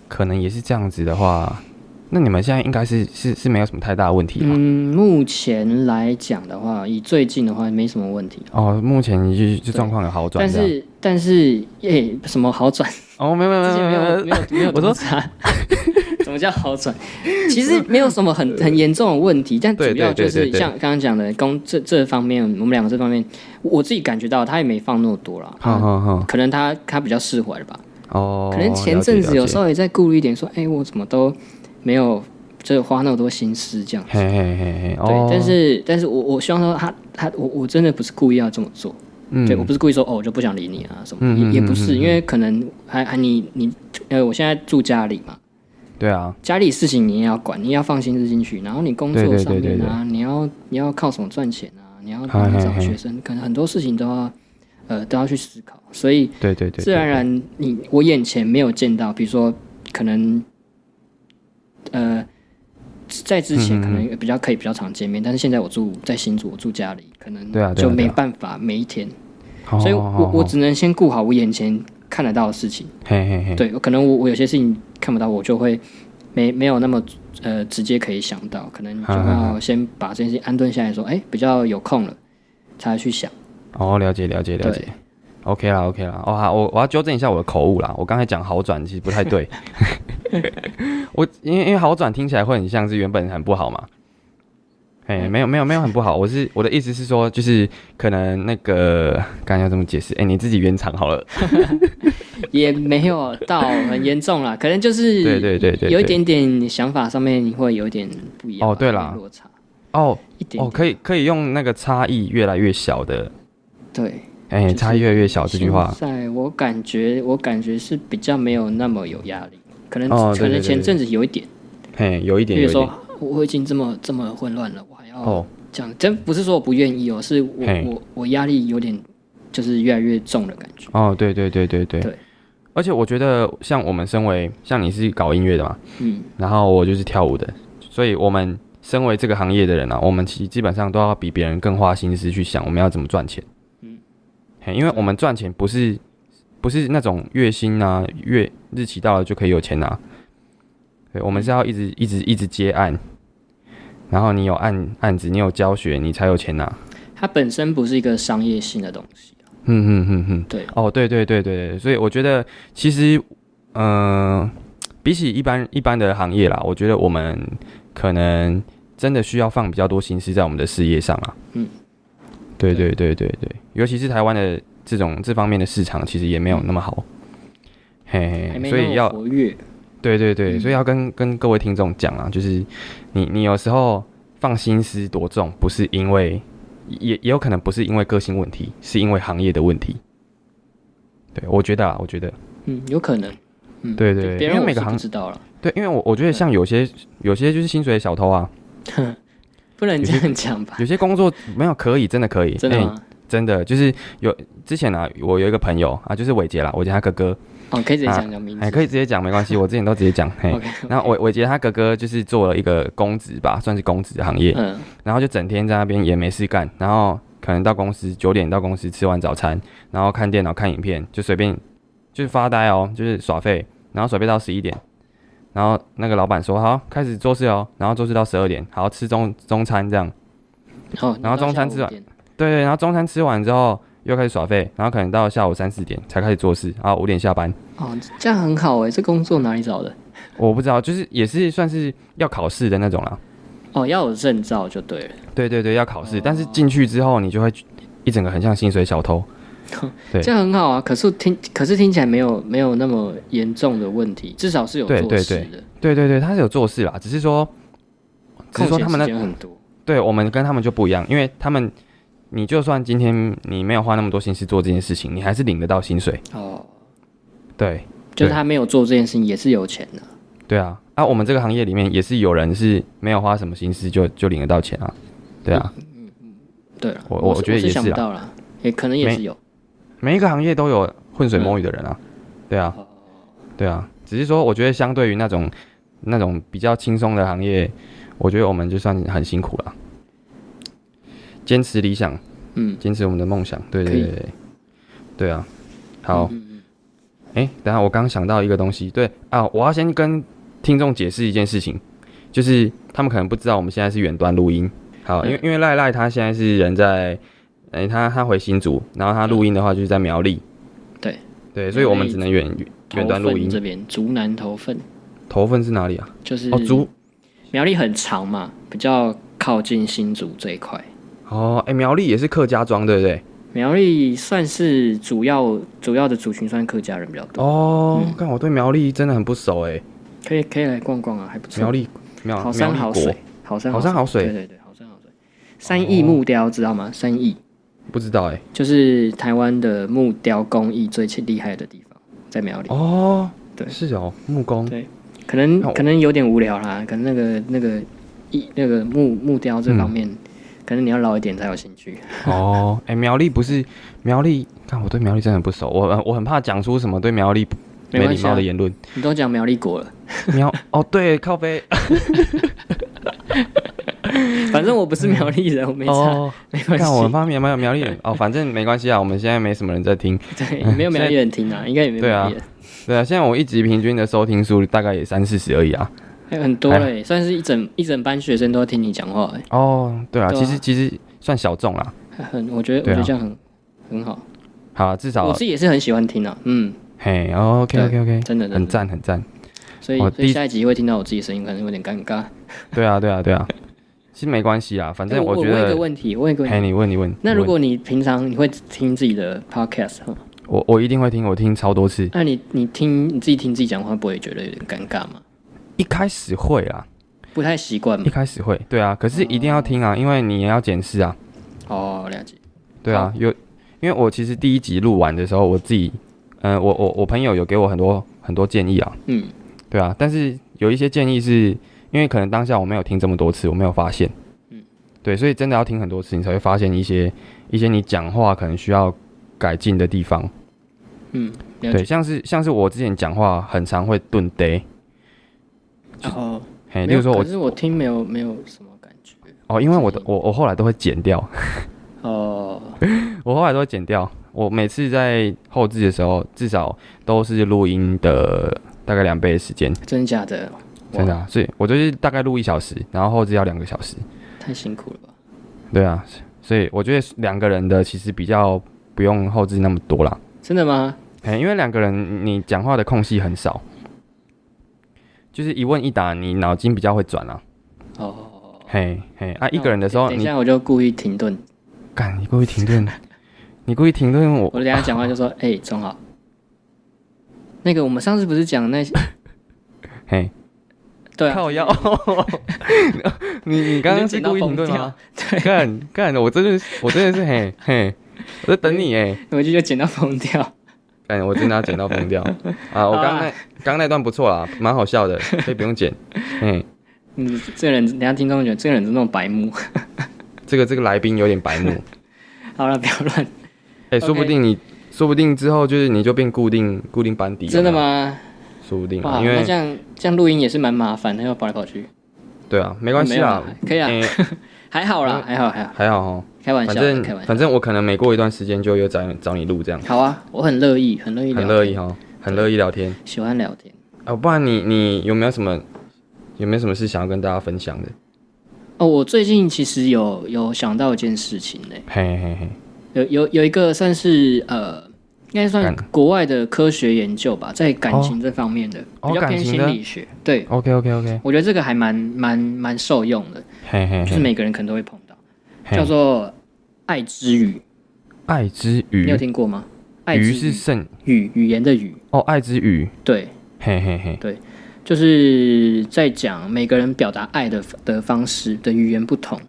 B: 可能也是这样子的话，那你们现在应该是是是没有什么太大的问题啦。
A: 嗯，目前来讲的话，以最近的话没什么问题，
B: 哦，目前就就状况有好转
A: 但
B: 这样，
A: 是但是诶、什么好转？
B: 哦，没有没有
A: 之前
B: 没
A: 没
B: 有
A: 有
B: 没
A: 没有没有
B: 我
A: 多 差，怎么叫好转？其实没有什么很很严重的问题，但主
B: 对对
A: 要就
B: 对对
A: 是
B: 对
A: 像刚刚讲的工这这方面，我们两个这方面，我自己感觉到他也没放那么多啦。
B: 好好好，
A: 可能他他比较释怀了吧，
B: 哦，
A: 可能前阵子有时
B: 候，
A: 候也在顾虑一点，说，哎，我怎么都没有就是花那么多心思这样。
B: 嘿嘿嘿嘿，
A: 对
B: 哦，，
A: 但是但是我我希望说他他我我真的不是故意要这么做，
B: 嗯
A: 对我不是故意说哦我就不想理你啊什么，
B: 嗯嗯
A: 也也
B: 嗯
A: 不是，
B: 嗯
A: 因为可能还还你你呃我现在住家里嘛，
B: 对啊，
A: 家里事情你也要管，你要放心思进去，然后你工
B: 对
A: 作
B: 对
A: 上
B: 对
A: 面
B: 对
A: 啊，你要你要靠什么赚钱啊，你要
B: 嗨
A: 帮
B: 嗨
A: 找
B: 嗨
A: 学生，可能很多事情都要呃都要去思考，所以
B: 对对对，
A: 自然而
B: 对
A: 然你我眼前没有见到，比如说可能呃在之前
B: 嗯嗯嗯
A: 可能比较可以比较常见面，但是现在我住在新竹，我住家里，可能
B: 对啊哦对啊
A: 就没
B: 对啊
A: 办法每一天，
B: 好
A: 所以
B: 好好
A: 我我
B: 好
A: 只能先顾好我眼前看得到的事情。
B: 嘿嘿嘿，
A: 对，可能我我有些事情看不到，我就会没没有那么呃直接可以想到，可能就
B: 哈哈
A: 要先把这件事情安顿下来说，哎、比较有空了才去想。
B: 哦，了解了解了解
A: 对
B: ，OK 啦 OK 啦，哦好，我我要纠正一下我的口误啦，我刚才讲好转其实不太 对， 我因为因为好转听起来会很像是原本很不好嘛，哎、没有没有没有很不好，我是我的意思是说就是可能那个刚才要怎么解释？哎、你自己圆场好了，
A: 也没有到很严 重啦，可能就是
B: 对对对对对
A: 有一点点想法上面会有一点不一样吧
B: 哦对啦
A: 了，落差
B: 哦
A: 一点
B: 哦可以可以用那个差异越来越小的，
A: 对。
B: 哎、
A: 就是
B: 差异越来越小这句话，
A: 现在我感觉我感觉是比较没有那么有压力，可能、
B: 哦对
A: 可
B: 对对
A: 能前
B: 对
A: 阵子有一点，
B: 嘿，有一点
A: 比
B: 有
A: 如
B: 一点
A: 说我已经这么这么混乱了，我还要
B: 哦
A: 这样，真不是说我不愿意哦，是我
B: 嘿
A: 我我压力有点就是越来越重的感觉。
B: 哦对对对对对
A: 对
B: 而且我觉得像我们身为像你是搞音乐的嘛。
A: 嗯，
B: 然后我就是跳舞的，所以我们身为这个行业的人啊，我们其实基本上都要比别人更花心思去想我们要怎么赚钱。嗯
A: 嗯，
B: 嘿，因为我们赚钱不是不是那种月薪啊，月日期到了就可以有钱拿、对，我们是要一直一直一直接案，然后你有案案子，你有教学，你才有钱拿、
A: 它本身不是一个商业性的东西。
B: 嗯嗯嗯嗯，
A: 对，
B: 哦，对对对对对，所以我觉得其实，嗯、比起一般一般的行业啦，我觉得我们可能真的需要放比较多心思在我们的事业上啊。
A: 嗯，
B: 对对
A: 对
B: 对对对，尤其是台湾的这种这方面的市场，其实也没有那么好。嘿
A: 还
B: 嘿，
A: 没
B: 哎所
A: 那
B: 以
A: 么
B: 要
A: 活跃。
B: 对对对，
A: 嗯
B: 所以要跟跟各位听众讲啊，就是你你有时候放心思多重，不是因为也也有可能不是因为个性问题，是因为行业的问题。对，我觉得啊，我觉得
A: 嗯，有可能。嗯，
B: 对对对
A: 别
B: 因为
A: 人我
B: 每个
A: 是
B: 行
A: 不知道了，
B: 对，因为我我觉得像有些有些就是薪水小偷 啊，
A: 不能这样讲吧？
B: 有些工作没有可以，真的可以，
A: 真的
B: 哎
A: 吗？
B: 真的就是有之前啊，我有一个朋友啊，就是伟杰啦，伟杰他哥哥，
A: 哦，可以直接
B: 啊
A: 讲讲名
B: 哎、
A: 字。
B: 可以直接讲没关系，我之前都直接 讲，嘿。
A: OK。
B: 然后伟伟杰他哥哥就是做了一个公职吧，算是公职行业，
A: 嗯，
B: 然后就整天在那边也没事干，然后可能到公司九点到公司吃完早餐，然后看电脑看影片，就随便就是发呆哦，就是耍废，然后耍废到十一点，然后那个老板说好开始做事哦，然后做事到十二点，好吃中中餐这样，
A: 哦，
B: 然后中餐吃完对对，然后中餐吃完之后又开始耍废，然后可能到下午三四点才开始做事，然后五点下班，
A: 哦，这样很好哎，这工作哪里找的？
B: 我不知道，就是也是算是要考试的那种啦，
A: 哦，要有证照就对了。
B: 对对对，要考试，但是进去之后你就会一整个很像薪水小偷，对
A: 这样很好啊。可是听，可是听起来没有没有那么严重的问题，至少是有做
B: 对
A: 事的。
B: 对对对对，他是有做事啦，只是说，只
A: 空
B: 是说
A: 闲
B: 他们那
A: 时间很多，
B: 对我们跟他们就不一样，因为他们，你就算今天你没有花那么多心思做这件事情，你还是领得到薪水。
A: 哦，
B: 对，
A: 就是他没有做这件事情也是有钱的、
B: 对啊，啊，我们这个行业里面也是有人是没有花什么心思就就领得到钱啊，对啊，
A: 对了，
B: 我
A: 我
B: 我
A: 是
B: 觉得
A: 是
B: 也
A: 想
B: 是
A: 不
B: 啊
A: 到啦，也可能也
B: 没
A: 是有。
B: 每一个行业都有浑水摸鱼的人啊，
A: 嗯
B: 对啊，对啊，只是说我觉得相对于那种那种比较轻松的行业，我觉得我们就算很辛苦了，坚持理想，
A: 嗯，
B: 坚持我们的梦想，对
A: 可
B: 对
A: 以嗯
B: 对对，对啊，好，哎、等一下我刚想到一个东西，对啊，我要先跟听众解释一件事情，就是他们可能不知道我们现在是远端录音，好，
A: 嗯
B: 因为因为赖赖他现在是人在，哎、他他回新竹，然后他录音的话就是在苗栗，
A: 对
B: 对，所以我们只能远远端录
A: 头份
B: 音。
A: 这边竹南头份
B: 头份是哪里啊？
A: 就是
B: 哦，竹
A: 苗栗很长嘛，比较靠近新竹这一块。
B: 哦，哎、苗栗也是客家庄，对不对？
A: 苗栗算是主要主要的族群，算客家人比较多，
B: 哦，
A: 嗯
B: 看、我对苗栗真的很不熟哎、
A: 可以可以来逛逛啊，还不错。
B: 苗栗苗
A: 好
B: 苗
A: 山
B: 栗
A: 好
B: 国
A: 水，好山
B: 好山好水
A: 对对对，好山好水。三义木雕知道吗？三义
B: 不知道哎、
A: 就是台湾的木雕工艺最厉害的地方，在苗栗。
B: 哦，
A: 对
B: 是哦，木工
A: 对可能
B: 那我
A: 可能有点无聊啦，可能那个那个一那个木木雕这方面，
B: 嗯
A: 可能你要老一点才有兴趣。
B: 哦，哎、苗栗不是苗栗，看我对苗栗真的很不熟，我我很怕讲出什么对苗栗不
A: 没
B: 没
A: 关
B: 礼
A: 系啊
B: 貌的言论。
A: 你都讲苗栗国了，
B: 苗哦，对，靠背
A: 反正我不是苗栗人，我没差，
B: 嗯哦，
A: 没关 系
B: 看。我很怕苗苗苗栗人哦，反正没关系啊，我们现在没什么人在听。
A: 对，没有苗栗人听啊，应该也没有
B: 对啊
A: 苗栗人，
B: 对啊，现在我一集平均的收听数大概也三四十而已啊。
A: 还有很多嘞、算是一整一整班学生都要听你讲话、欸，
B: 哦，对啊，
A: 对啊
B: 其实其实算小众啦。
A: 很我觉得、
B: 对
A: 我
B: 啊
A: 觉得这样很很好，
B: 好，至
A: 我
B: 少
A: 自己也是很喜欢听啊，嗯，
B: 嘿，OK OK OK，
A: 真的真
B: 很
A: 的，
B: 赞很赞。
A: 所以
B: 我
A: 所
B: 第
A: 以
B: 一
A: 下一集会听到我自己声音，可能有点尴尬。
B: 对啊对啊对啊，其实没关系啊，反
A: 哎
B: 正
A: 我
B: 觉
A: 问一个
B: 得，
A: 问题，我问一个问
B: 嘿，
A: 题，
B: 你问你问。
A: 那
B: 你
A: 如
B: 问
A: 果你平常你会听自己的 podcast 哈，
B: 我我一定会听，我听超多次。
A: 那你你听你自己听自己讲话，不会觉得有点尴尬吗？
B: 一开始会啊啦，
A: 不太习惯
B: 一
A: 嘛？
B: 开始会，对啊，可是一定要听啊，因为你也要检视啊，
A: 哦，了解，
B: 对啊，有，因为我其实第一集录完的时候，我自己，嗯、我我我朋友有给我很多很多建议啊，
A: 嗯，
B: 对啊，但是有一些建议是因为可能当下我没有听这么多次，我没有发现，
A: 嗯
B: 对，所以真的要听很多次，你才会发现一些一些你讲话可能需要改进的地方，
A: 嗯，了
B: 对，
A: 解。
B: 像是像是我之前讲话很常会顿呆，
A: 然后，
B: 嘿，
A: 哦没
B: 例
A: 有
B: 如说我
A: 可是我听没有没有什么感觉
B: 哦，因为我的我我后来都会剪掉，
A: 哦。
B: 我后来都会剪掉。我每次在后置的时候，至少都是录音的大概两倍的时间，
A: 真的假的？
B: 真的、啊。所以我就是大概录一小时，然后后置要两个小时。
A: 太辛苦了吧？
B: 对啊，所以我觉得两个人的其实比较不用后置那么多啦。
A: 真的吗？
B: 哎，因为两个人你讲话的空隙很少，就是一问一答，你脑筋比较会转啊。
A: 哦，
B: 嘿嘿啊，
A: 那
B: 一个人的时候
A: 哦等一
B: 你
A: 下我就故意停顿，
B: 干，你故意停顿，你故意停顿我
A: 我等一下讲话 就说，哎、钟好，那个我们上次不是讲 那些，
B: 嘿。
A: 对啊，
B: 靠腰， 你你刚刚是故意停顿吗？ 干干，我真的是我真的是嘿嘿，我在等你哎，
A: 我就就剪到疯掉。
B: 干我真的要剪到疯掉啊！我刚刚那刚刚那段不错啦，蛮好笑的，所以不用剪。嘿，
A: 你这个人，等一下听众觉得这个人是那种白目。
B: 这个这个来宾有点白目，
A: 好了，不要乱，
B: 哎，说不
A: OK
B: 定你说不定之后就是你就变固定固定班底，
A: 真的
B: 有没有？
A: 吗？
B: 说不定啊，
A: 哇，
B: 因
A: 那这
B: 为
A: 样这样录音也是蛮麻烦的，要跑来跑去。
B: 对啊，没关系啦
A: 没有，可以啊
B: 哎
A: 还好啦，还好还好，
B: 还好哦，
A: 开玩笑
B: 反
A: 的，开
B: 正
A: 玩笑。
B: 反正我可能每过一段时间就又找找你录这样，
A: 好啊，我很乐意，很乐意聊，
B: 很乐意，哈，很乐意聊天。
A: 喜欢聊天。
B: 啊，不然你你有没有什么有没有什么事想要跟大家分享的？
A: 哦，我最近其实有有想到一件事情呢、
B: 嘿嘿嘿，
A: 有有有一个算是呃，应该算国外的科学研究吧，在感情这方面的，
B: 哦
A: 比较
B: 感
A: 偏
B: 情
A: 心
B: 的哎
A: 理学。对，
B: ，OK OK OK，
A: 我觉得这个还蛮蛮蛮受用的，
B: 嘿嘿
A: 就是
B: 嘿，哎
A: 每个人可能都会碰到，
B: 嘿
A: 叫做爱之语。
B: 爱之
A: 你有
B: 语，
A: 听过吗？爱之
B: 语
A: 语
B: 是圣
A: 语语言的语，
B: 哦，爱之语，
A: 对，
B: 嘿嘿嘿，
A: 就是在讲每个人表达爱的的方式的语言不同。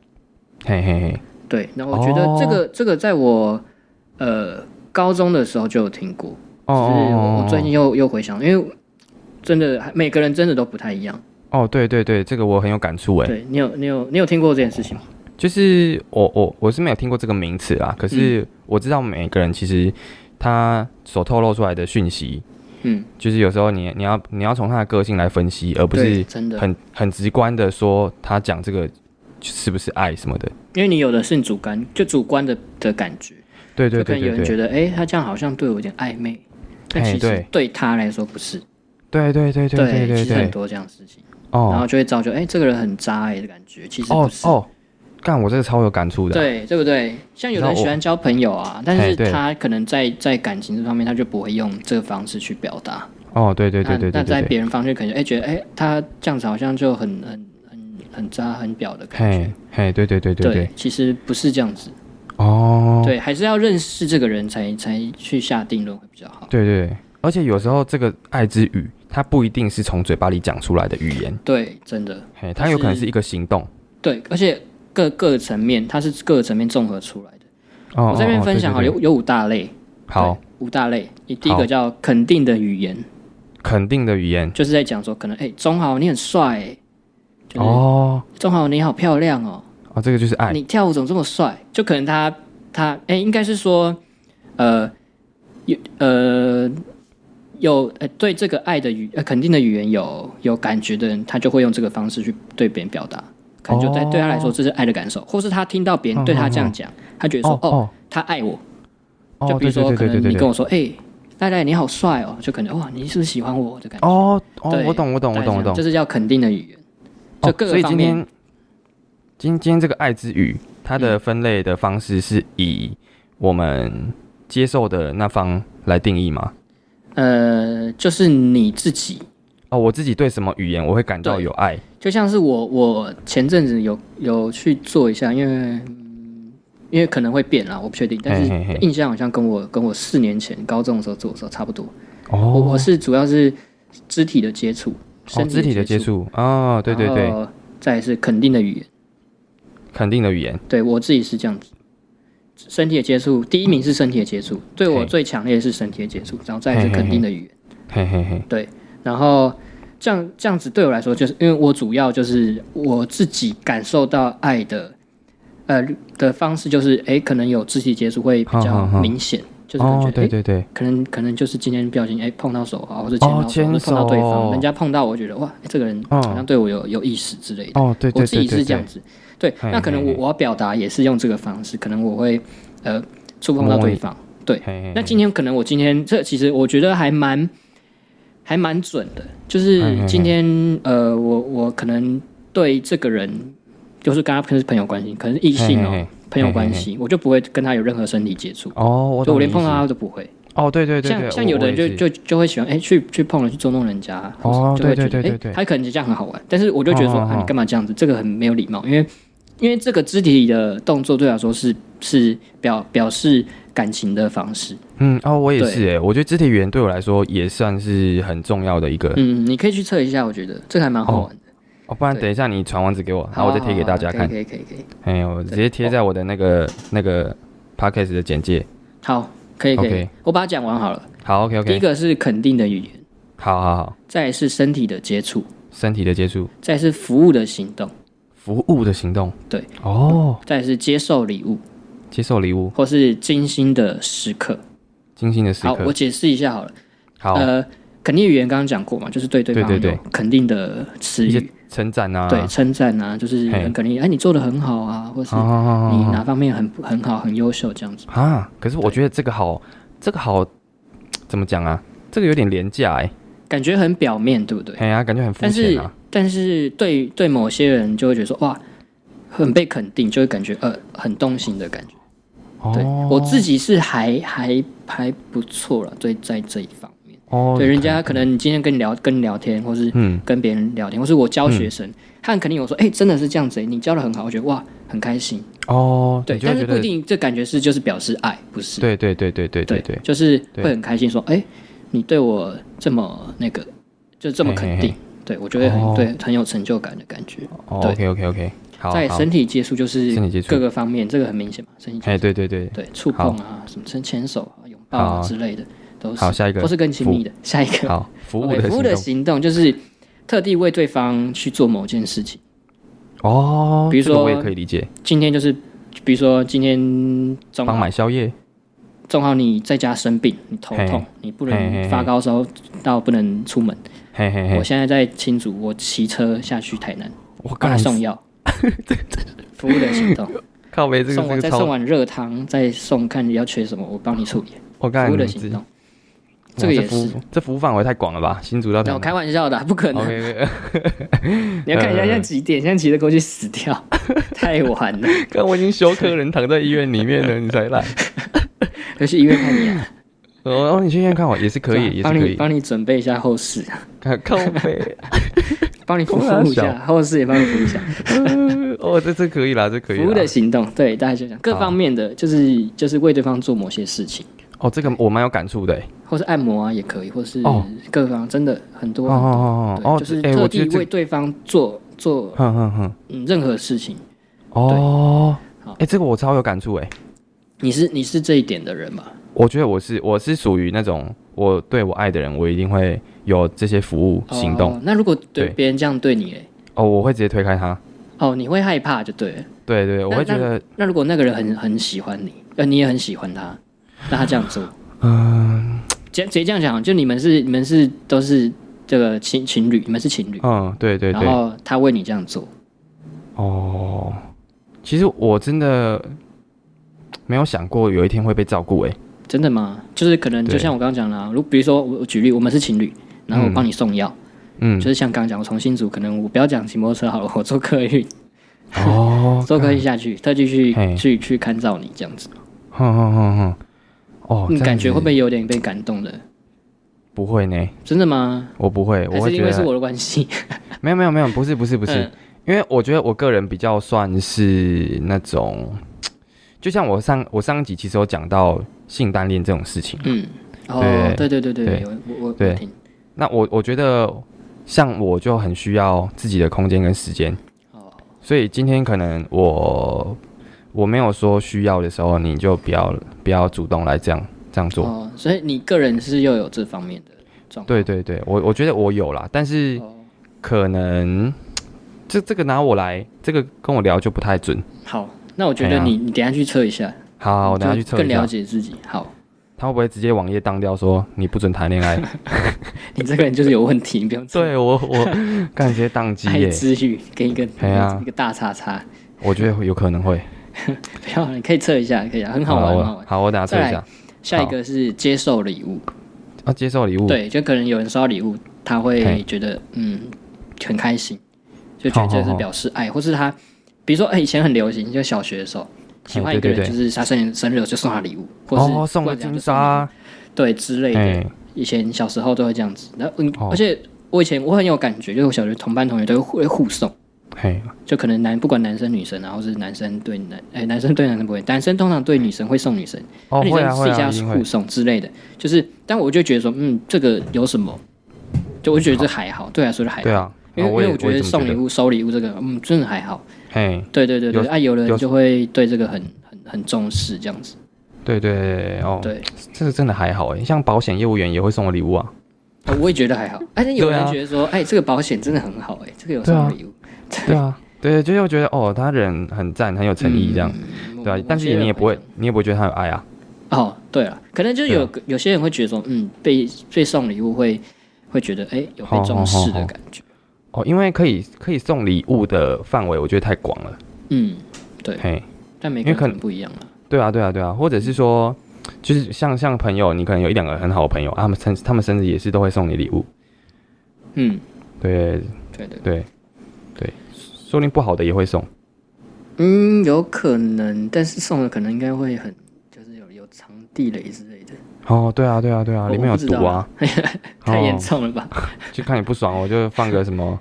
B: 嘿嘿嘿，
A: 对，那我觉得这个、
B: 哦
A: 这个在我呃高中的时候就有听过，
B: 哦
A: 只是我我最近
B: 哦
A: 又又回想，因为真的每个人真的都不太一样。
B: 哦，对对对，这个我很有感触哎，
A: 对你有你有你有听过这件事情吗？
B: 就是我我我是没有听过这个名词啊，可
A: 嗯
B: 是我知道每个人其实他所透露出来的讯息，
A: 嗯，
B: 就是有时候你你要你要从他的个性来分析，而不
A: 对，
B: 是
A: 真的，
B: 很很直观的说他讲这个是不是爱什么的。
A: 因为你有的是主观，就主观的的感觉，
B: 对对对
A: 就可能有
B: 对
A: 人觉
B: 对，
A: 得，哎、他这样好像对我有点暧昧，但
B: 哎
A: 其实
B: 对
A: 对他来说不是，
B: 对对对对对对
A: 其实很
B: 对，
A: 多这样的事情，然
B: 哦
A: 后就会造就，哎、这个人很渣哎、的感觉，其实不
B: 哦
A: 是。
B: 哦，干我这个超有感触的啊，
A: 对，对不对？像有的人
B: 你知道我
A: 喜欢交朋友啊，但
B: 嘿
A: 是
B: 对
A: 他可能在在感情这方面，他就不会用这个方式去表达。
B: 哦对对对对
A: 那
B: 对
A: 那在
B: 对对，
A: 别人方面，可能哎、觉得哎、他这样子好像就很很很很渣很婊的感觉
B: 嘿。嘿对对对对对，
A: 其实不是这样子。
B: 哦，
A: 对，还是要认识这个人才才去下定论会比较好。
B: 对对对，而且有时候这个爱之语，它不一定是从嘴巴里讲出来的语言，
A: 对，真的
B: 嘿，
A: 它
B: 它有可能
A: 是
B: 是一个行动。
A: 对，而且各各层面，它是各个层面综合出来的。
B: 哦
A: 我这边
B: 哦哦
A: 分享好
B: 对
A: 了，
B: 对对
A: 有有五大类。
B: 好
A: 对，五大类。你第一
B: 好
A: 个叫肯定的语言。
B: 肯定的语言
A: 就是在讲说，可能哎，钟、豪你很帅、欸，就是
B: 哦
A: 钟、豪你好漂亮哦、
B: 哦，这个就是爱
A: 你跳舞怎么这么帅？就可能他他哎、应该是说，呃，有呃有呃对这个爱的语呃肯定的语言有有感觉的人，他就会用这个方式去对别人表达。可能就在
B: 哦
A: 对他来说，这是爱的感受，或是他听到别人对他这样讲，他觉得说
B: 哦
A: 哦，
B: 哦
A: 他爱我。
B: 哦，
A: 就比如
B: 对
A: 说，
B: 对
A: 可
B: 对对
A: 能
B: 对
A: 你
B: 对
A: 跟
B: 对，
A: 我说，哎，赖赖你好帅哦，就可能哇，你是不是喜欢我的感觉？
B: 哦哦
A: 对，
B: 我懂我懂我
A: 大概
B: 懂我
A: 这
B: 懂
A: 样这，是叫肯定的语言。就
B: 哦
A: 各
B: 所
A: 个
B: 以
A: 方
B: 今
A: 面，
B: 天今今天这个爱之语，它的
A: 嗯
B: 分类的方式是以我们接受的那方来定义吗？
A: 呃，就是你自己，
B: 哦，我自己对什么语言我会感到
A: 对
B: 有爱？
A: 就像是我，我前阵子有有去做一下，因为、嗯因为可能会变啦，我不确定，但
B: 嘿嘿
A: 是
B: 嘿
A: 印象好像跟我跟我四年前高中的时候做的时候差不多。我
B: 哦
A: 我是主要是肢体的接触，
B: 哦，
A: 身
B: 肢体的接
A: 接，
B: 触哦，对对对，，
A: 再来是肯定的语言，
B: 肯定的语言
A: 对我自己是这样子。身体的接触，第一名是身体的接触，对我
B: 嘿
A: 最强烈的是身体的接触，然后再来是肯定的语言。
B: 嘿嘿嘿，
A: 然后这样这样子对我来说，就是因为我主要就是我自己感受到爱的，呃的方式就是，诶，可能有肢体接触会比较
B: 好好好
A: 明显，就是感
B: 哦
A: 觉，诶，
B: 对对对，
A: 可能可能就是今天不小心，诶，碰到手啊，或者牵到
B: 哦
A: 手，
B: 牵
A: 或者碰到对
B: 手
A: 方，人家哦碰到我觉得哇，诶这个人
B: 嗯
A: 好像对我有有意思之类的。
B: 哦对对
A: 我自
B: 对
A: 己
B: 对
A: 是这
B: 对
A: 样，子，对，
B: 嘿
A: 那可能我
B: 嘿嘿
A: 我要表达也是用这个方式，可能我会呃触碰到
B: 摸
A: 对
B: 一
A: 方，
B: 嘿嘿
A: 那今天可能我今天这其实我觉得还蛮还蛮准的，就是今天
B: 嗯
A: 呃，我我可能对这个人就是跟他可能是朋友关系，可能是异性
B: 嘿
A: 哦、
B: 嘿嘿
A: 朋友关系，我就不会跟他有任何身体接触，
B: 哦，嗯我
A: 就
B: 懂
A: 我
B: 你
A: 连碰
B: 意
A: 到
B: 思
A: 他都不会。
B: 哦，对对对对，
A: 像像
B: 我
A: 有的
B: 我
A: 人
B: 也
A: 就是就就会喜欢哎、去去碰了去捉弄人家，或
B: 哦
A: 者就会
B: 对
A: 觉得
B: 对
A: 哎、
B: 对对对
A: 他可能就这样很好玩，但是我就觉得说
B: 哦哦
A: 啊
B: 哦
A: 你干嘛这样子，这个很没有礼貌，因为因为这个肢体的动作对我来说是是表表示感情的方式。
B: 嗯哦，我也
A: 对
B: 是哎，我觉得肢体语言对我来说也算是很重要的一个
A: 嗯，你可以去测一下，我觉得这个还蛮好玩的。
B: 哦，不然
A: 对
B: 等一下你传网址给我，然后我再贴给大家看
A: 可。以可以可以啊可以。
B: 哎呦，我直接贴在我的那个那个 podcast 的简介。
A: 好，可以可以
B: OK
A: 我把它讲完好了。
B: 好，OK
A: 第一
B: OK，
A: 个是肯定的语言，
B: 好好好，
A: 再来是身体的接触，
B: 身体的接触，
A: 再来是服务的行动，
B: 服务的行动。
A: 对，
B: 哦，
A: 再来是接受礼物
B: 接受礼物，
A: 或是精心的时刻。
B: 精心的时
A: 好，我
B: 刻。
A: 解释一下好了。
B: 好，
A: 呃，肯定语言刚刚讲过嘛，就是对对方
B: 对对
A: 有肯定的词
B: 一
A: 语，
B: 些称赞啊。
A: 对称赞啊，就是
B: 嘿哦
A: 很肯定，哎，你做的很好啊，或是
B: 好好好
A: 你
B: 好
A: 哪方面很很好，很优秀这样子。
B: 好啊，可是我觉得这个好，这个好，怎么讲啊？这个有点廉价哎，
A: 感觉很表面，对不对？
B: 哎呀，感觉很肤
A: 但是
B: 浅啊。
A: 但是对对某些人就会觉得说哇，很被肯定，就会感觉呃很动心的感觉。对、
B: 哦，
A: 我自己是还还还不错了，对，在这一方面，
B: 哦，
A: 对人家可能你今天跟你聊跟你聊天，或是
B: 嗯
A: 跟别人聊天，或是我教学生，他很肯定我说，哎、真的是这样子、欸，你教的很好，我觉得哇，很开心。
B: 哦，
A: 对，
B: 你就会
A: 但
B: 觉
A: 是不
B: 得
A: 一定，这感觉是就是表示爱，不是？
B: 对对对对对对对，
A: 就是
B: 对
A: 会很开心说，哎、你对我这么那个，就这么肯
B: 嘿
A: 定，
B: 嘿
A: 对我觉得很、
B: 哦
A: 对，很有成就感的感觉。
B: 哦
A: 对
B: ，OK OK OK，好，
A: 在
B: 好
A: 身体接触就是
B: 身体接触
A: 各个方面，这个很明显嘛，身体接
B: 哎，对对对，
A: 对触碰啊，什么牵牵手啊、拥抱
B: 好
A: 啊之类的，都
B: 好，
A: 是
B: 下一个
A: 都是更亲密的。下一个
B: 好 服务
A: OK，
B: 的
A: 服
B: 行
A: 务的
B: 动
A: 行动就是特地为对方去做某件事情。
B: 哦，
A: 比如
B: 这个我
A: 说
B: 也可以理解，
A: 今天就是，比如说今天中
B: 帮
A: 浩
B: 买宵夜，
A: 中浩你在家生病，你头
B: 嘿
A: 痛，你不
B: 嘿嘿
A: 能发高烧到不能出门。
B: 嘿嘿嘿
A: 我，现在在新竹，我骑车下去台南
B: 我
A: 帮
B: 刚
A: 他
B: 才
A: 送药。服务的行动，
B: 靠背 这个
A: 送
B: 这
A: 完
B: 个
A: 再送啊
B: 超，
A: 碗热汤，再送看你要缺什么，我帮你处 理。
B: 我刚
A: 服务
B: 才
A: 的
B: 你
A: 行
B: 自
A: 动，
B: 哇
A: 这个也
B: 服务
A: 是。
B: 这服务范围太广了吧？新竹到
A: 那
B: 台
A: 我开
B: 南
A: 玩笑的，不可能。
B: ，OK， 嗯
A: 你要看一下现在几点，现在骑着过去 死掉，太晚了。
B: 刚我已经休克人躺在医院里面了，你才来，
A: 可是医院看你啊，
B: 哦，然后你去医院看我也是 可以，也是
A: 对吧
B: 可
A: 啊帮你
B: 以，
A: 帮你准备一下后事，
B: 靠背，
A: 帮你服
B: 我哪
A: 务一
B: 晓
A: 下后事，也帮你服务一下
B: 呃哦，这这可以啦，这 可以
A: 服务
B: 啦
A: 的，行动。对，大家就讲各方面的，就是就是为对方做某些事情，
B: 哦，这个我蛮有感触的，哎
A: 或是按摩啊也可以，或是
B: 哦
A: 各方真的很
B: 哦
A: 多很
B: 哦
A: 多，
B: 哦
A: 对
B: 哦，
A: 就是
B: 哎，我
A: 特
B: 觉
A: 地
B: 得这
A: 为，对方做做
B: 哼哼哼，
A: 嗯任何事情。
B: 哦
A: 好，
B: 哎，这个我超有感触，哎。
A: 你是你是这一点的人吗？
B: 我觉得我是我是属于那种我对我爱的人，我一定会有这些服务行动
A: 哦。那如果对
B: 对
A: 别人这样对你嘞，
B: 哦我会直接推开他。
A: 哦，你会害怕就对了。
B: 对对，我会觉得
A: 那如果那个人很很喜欢你，呃，你也很喜欢他，那他这样做， 嗯，直接这样讲，就你们是你们是都是这个情情侣，你们是情侣，
B: 嗯，对对
A: 然
B: 对，
A: 后他为你这样做，
B: 哦，其实我真的没有想过有一天会被照顾诶、欸
A: 真的吗？就是可能
B: 对
A: 就像我刚刚讲的、啊，如比如说我我举例，我们是情侣，然后我帮你送药，
B: 嗯
A: 就，是像刚刚讲，我从新竹可能我不要讲骑摩托车好了，我 坐客运，
B: 哦，
A: 坐客运下去，特地
B: 嘿
A: 去去去看照你这样子，
B: 哼哼哼哼，哦，
A: 你
B: 这样
A: 嗯感觉
B: 子
A: 会不会有点被感动的？
B: 不会呢？
A: 真的吗？
B: 我不会，
A: 还
B: 我
A: 是
B: 会
A: 因
B: 觉
A: 为是
B: 得
A: 我的关系？
B: 没有没有没有，不是不是不是，
A: 嗯
B: 因为我觉得我个人比较算是那种，就像我上我上一集其实有讲到性单恋这种事情，
A: 嗯，哦，
B: 对
A: 对对对
B: 对
A: 对，有我我
B: 对
A: 我听。
B: 那我我觉得像我就很需要自己的空间跟时间，
A: 哦，
B: 所以今天可能我我没有说需要的时候，你就不要不要主动来这样这样做。
A: 哦，所以你个人是又有这方面的状况。
B: 对对对，我我觉得我有啦，但是
A: 哦，
B: 可能这这个拿我来，这个跟我聊就不太准。
A: 好，那我觉得
B: 哎
A: 你你等一下去测一下，
B: 好，我等下去测
A: 更
B: 一
A: 了
B: 下，
A: 解自己。好，
B: 他会不会直接网页当掉说你不准谈恋 爱？
A: 你这个人就是有问题，你不用测。
B: 对我我 干直接宕机
A: 爱
B: 耶，
A: 之语给一个
B: 哎呀
A: 一个大叉叉，
B: 我觉得有可能会。
A: 不要，你可以测一下，可以啊，很好玩，很好
B: 我
A: 玩。
B: 好，我等下测一
A: 再
B: 下
A: 来。下一个是接受礼物，
B: 要啊接受礼物，
A: 对，就可能有人收到礼物，他
B: 嘿
A: 会觉得嗯很开心，就觉得这
B: 好好
A: 是
B: 好
A: 表示爱，或是他比如说哎、以前很流行，就小学的时候喜欢一个
B: 对对
A: 人，
B: 对
A: 就是他生日生日我就送他礼物，或是
B: 哦，送
A: 过
B: 个
A: 两
B: 金
A: 天就送他
B: 沙，
A: 对之类的。
B: 哎，
A: 以前小时候都会这样子，然后嗯，
B: 哦
A: 而且我以前我很有感觉，就是我小学同班同学都会互送，
B: 嘿，
A: 就可能男不管男生女生啊，然后是男生对男哎、男生对男生不会，男生通常对女生会送女生，
B: 哦，
A: 那女
B: 会啊
A: 生
B: 会
A: 私
B: 啊，
A: 下
B: 一定
A: 互
B: 会。
A: 送之类的，就是但我就觉得说，嗯，这个有什么？就我就觉得这还好，对来说就还好，
B: 对啊，
A: 因
B: 啊
A: 为因
B: 我也
A: 为我觉
B: 也
A: 得
B: 这么
A: 送礼物收礼物这个，嗯，真的还好，
B: 嘿，
A: 对对对对，
B: 有
A: 啊，有
B: 有
A: 人就会对这个很很很重视这样子，
B: 对对对对对哦，
A: 对。
B: 这个真的还好哎，像保险业务员也会送我礼物啊，
A: 啊我也觉得还好，但是有
B: 对啊
A: 人觉得说，哎，这个保险真的很好，哎，这个有
B: 对啊
A: 送礼物，
B: 对啊，对，就是我觉得哦，他人很赞，很有诚意这样，
A: 嗯
B: 对啊
A: 我，
B: 但
A: 我
B: 是
A: 觉得
B: 你也不会啊
A: 这样，
B: 你也不会觉得他有爱啊，
A: 哦。对了，可能就是有、有些人会觉得说，嗯，被被送礼物会会觉得，哎、有被重视的感觉。
B: 哦，因为可以可以送礼物的范围，我觉得太广了，
A: 嗯，对，
B: 嘿，
A: 但每
B: 因
A: 个
B: 为
A: 人
B: 可
A: 可
B: 能
A: 能不一样了。
B: 对啊对啊对啊，或者是说。就是像像朋友，你可能有一两个很好的朋友，啊他们生他们生日也是都会送你礼物，
A: 嗯，
B: 对
A: 对对，
B: 对对，说不定不好的也会送。
A: 嗯，有可能，但是送的可能应该会很，就是有有藏地雷之类的，
B: 哦，对啊，对啊，对啊，
A: 我
B: 里面有
A: 我不知
B: 毒
A: 道
B: 啊
A: 啊，
B: 哦
A: 太严重了吧？
B: 就看你不爽，我就放个什么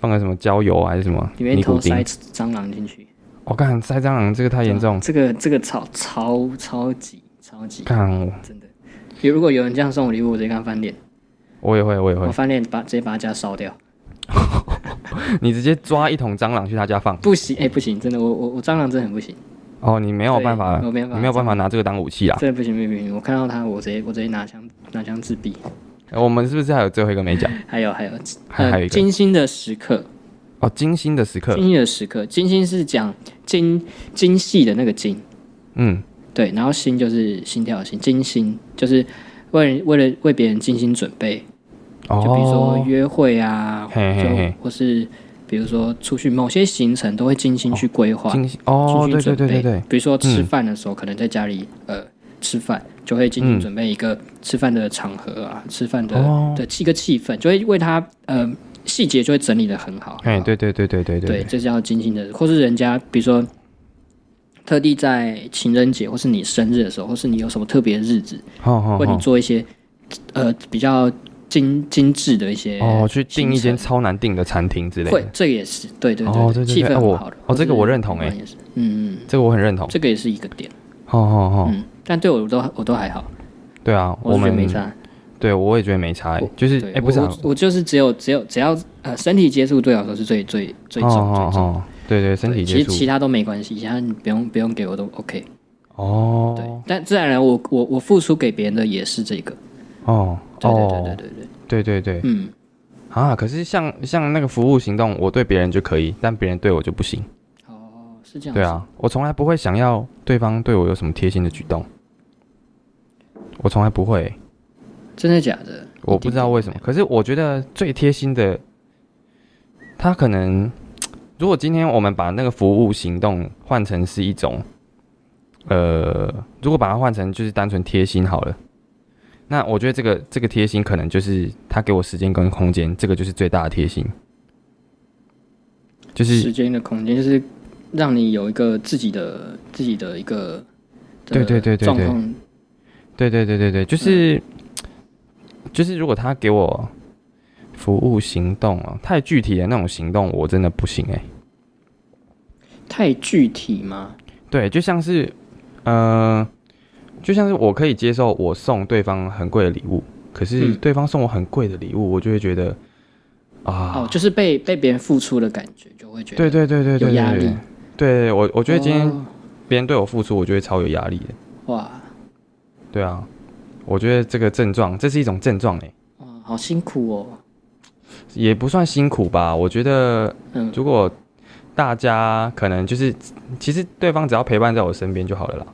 B: 放个什么焦油啊还是什么
A: 里面
B: 尼古
A: 偷塞
B: 丁。
A: 蟑螂进去，
B: 我干、塞蟑螂这个太严重，
A: 这个这个超超超级超级
B: 干我
A: 真的。如果有人这样送我礼物，我直接跟他翻脸，
B: 我也会我也会
A: 我，翻脸把直接把他家烧掉。
B: 你直接抓一桶蟑螂去他家放，
A: 不行，哎、不行，真的，我我我蟑螂真的很不行，
B: 哦，你没有办法，
A: 对我没有办法
B: 你没有办法拿这个当武器啦。啊
A: 真的不行，不行，不行，我看到它，我直接我直接拿枪拿枪自闭。
B: 呃我们是不是还有最后一个没讲？
A: 还有还有，
B: 还还有
A: 呃，
B: 一个
A: 金星的时刻，
B: 哦，精心的时刻，
A: 金星的时刻，金星是讲精精细的那个精，
B: 嗯，
A: 对，然后心就是心跳的心，精心就是为为了为别人精心准备，
B: 哦，
A: 就比如说约会啊，
B: 嘿嘿嘿
A: 就或是比如说出去某些行程都会精心去规划，
B: 精心哦，
A: 精
B: 对
A: 心
B: 对
A: 准
B: 对
A: 备。
B: 对对，
A: 比如说吃饭的时候，可能在家里呃吃饭，就会精心准备一个吃饭的场合啊，吃饭的、
B: 哦
A: 的一个气氛，就会为他呃细节就会整理的很好。
B: 哎，对对对对对
A: 对，，这叫精心的，或是人家比如说特地在情人节，或是你生日的时候，或是你有什么特别的日子，
B: 好好
A: 为你
B: 好，
A: 做一些呃比较精精致的一些
B: 哦，去订一
A: 行
B: 间
A: 程
B: 超难订的餐厅之类
A: 会
B: 的，，
A: 这个也是对对
B: 哦对对对
A: 气氛
B: 哎我
A: 很好的
B: 哦这个我认同哎
A: 哎，嗯嗯，
B: 这个我很认同。
A: 这个也是一个点，
B: 好好好，
A: 嗯，但对我都我都还好，
B: 对啊，
A: 我
B: 哦我
A: 是觉得
B: 们
A: 没差，
B: 对我也觉得没差欸，就是
A: 对
B: 哎，不是啊
A: 我我我就是只有只有只要呃身体接触对我来说是最最最重
B: 哦
A: 最重，
B: 哦，对对，身体
A: 对
B: 接
A: 其实其
B: 触
A: 他都没关系，其他你不用不用给我都 OK，对
B: 哦，
A: 但自然而然我我我付出给别人的也是这个，
B: 哦
A: 对对对对
B: 哦，
A: 对
B: 对
A: 对，
B: 对对
A: 嗯，
B: 啊！可是像像那个服务行动，我对别人就可以，但别人对我就不行。
A: 哦是这样，
B: 对，啊，我从来不会想要对方对我有什么贴心的举动，我从来不会欸、
A: 真的假的？
B: 我不知道为什么，可是我觉得最贴心的，他可能如果今天我们把那个服务行动换成是一种，呃，如果把它换成就是单纯贴心好了，那我觉得这个这个贴心可能就是他给我时间跟空间，这个就是最大的贴心，就是
A: 时间的空间，就是让你有一个自己的自己的一个的
B: 对对对对对
A: 状况，
B: 对对对对对，就是、就是，如果他给我服务行动啊，太具体的那种行动，我真的不行哎、
A: 太具体吗？
B: 对，就像是，呃，就像是我可以接受我送对方很贵的礼物，可是
A: 嗯
B: 对方送我很贵的礼物，我就会觉得啊，
A: 哦，就是被被别人付出的感觉，就会觉得
B: 对对对对对
A: 有压
B: 对
A: 力哦
B: 对，对我我
A: 我
B: 觉得今天别人对我付出，我就会超有压力的。
A: 哇
B: 对啊，我觉得这个症状，这是一种症状哎、
A: 哇好辛苦哦，
B: 也不算辛苦吧。我觉得
A: 嗯，
B: 如果大家可能就是，其实对方只要陪伴在我身边就好了啦。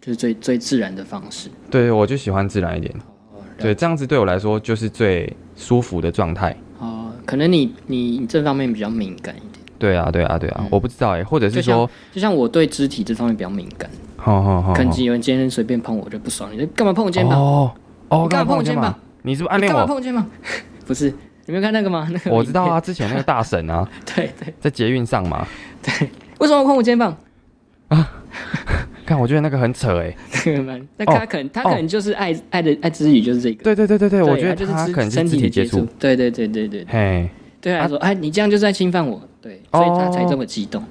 A: 就是最最自然的方式。
B: 对，我就喜欢自然一点。
A: 哦
B: 对，这样子对我来说就是最舒服的状态。
A: 哦，可能你你这方面比较敏感一点，
B: 对啊，对啊，对啊，我不知道哎、或者是
A: 嗯就像
B: 说，
A: 就像我对肢体这方面比较敏感，
B: 好好好
A: 可能有人今天随便碰我就不爽，你就干嘛碰我肩膀？
B: 哦哦，
A: 你干嘛碰我肩膀？
B: 你是不是暗
A: 你
B: 恋
A: 干嘛
B: 我？
A: 碰我肩膀？ 不是，你没有看那个吗？那个
B: 我知道
A: 影
B: 啊，之前那个大婶啊，
A: 片， 对对
B: 在捷运上嘛，
A: 对，为什么要碰我肩膀？
B: 看我觉得那个很扯哎、
A: 那个蛮，那他可能、他可能就是爱、爱的爱之语就是这个。
B: 对对对哦对对，我觉
A: 他
B: 得
A: 啊就是
B: 他
A: 肢
B: 可能是
A: 身
B: 肢
A: 体的
B: 体接
A: 触
B: 触，，啊
A: 对对对对对，
B: 嘿，
A: 对他来说，哎，你这样就是在侵犯我，对，
B: 哦
A: 所以他才这么激动，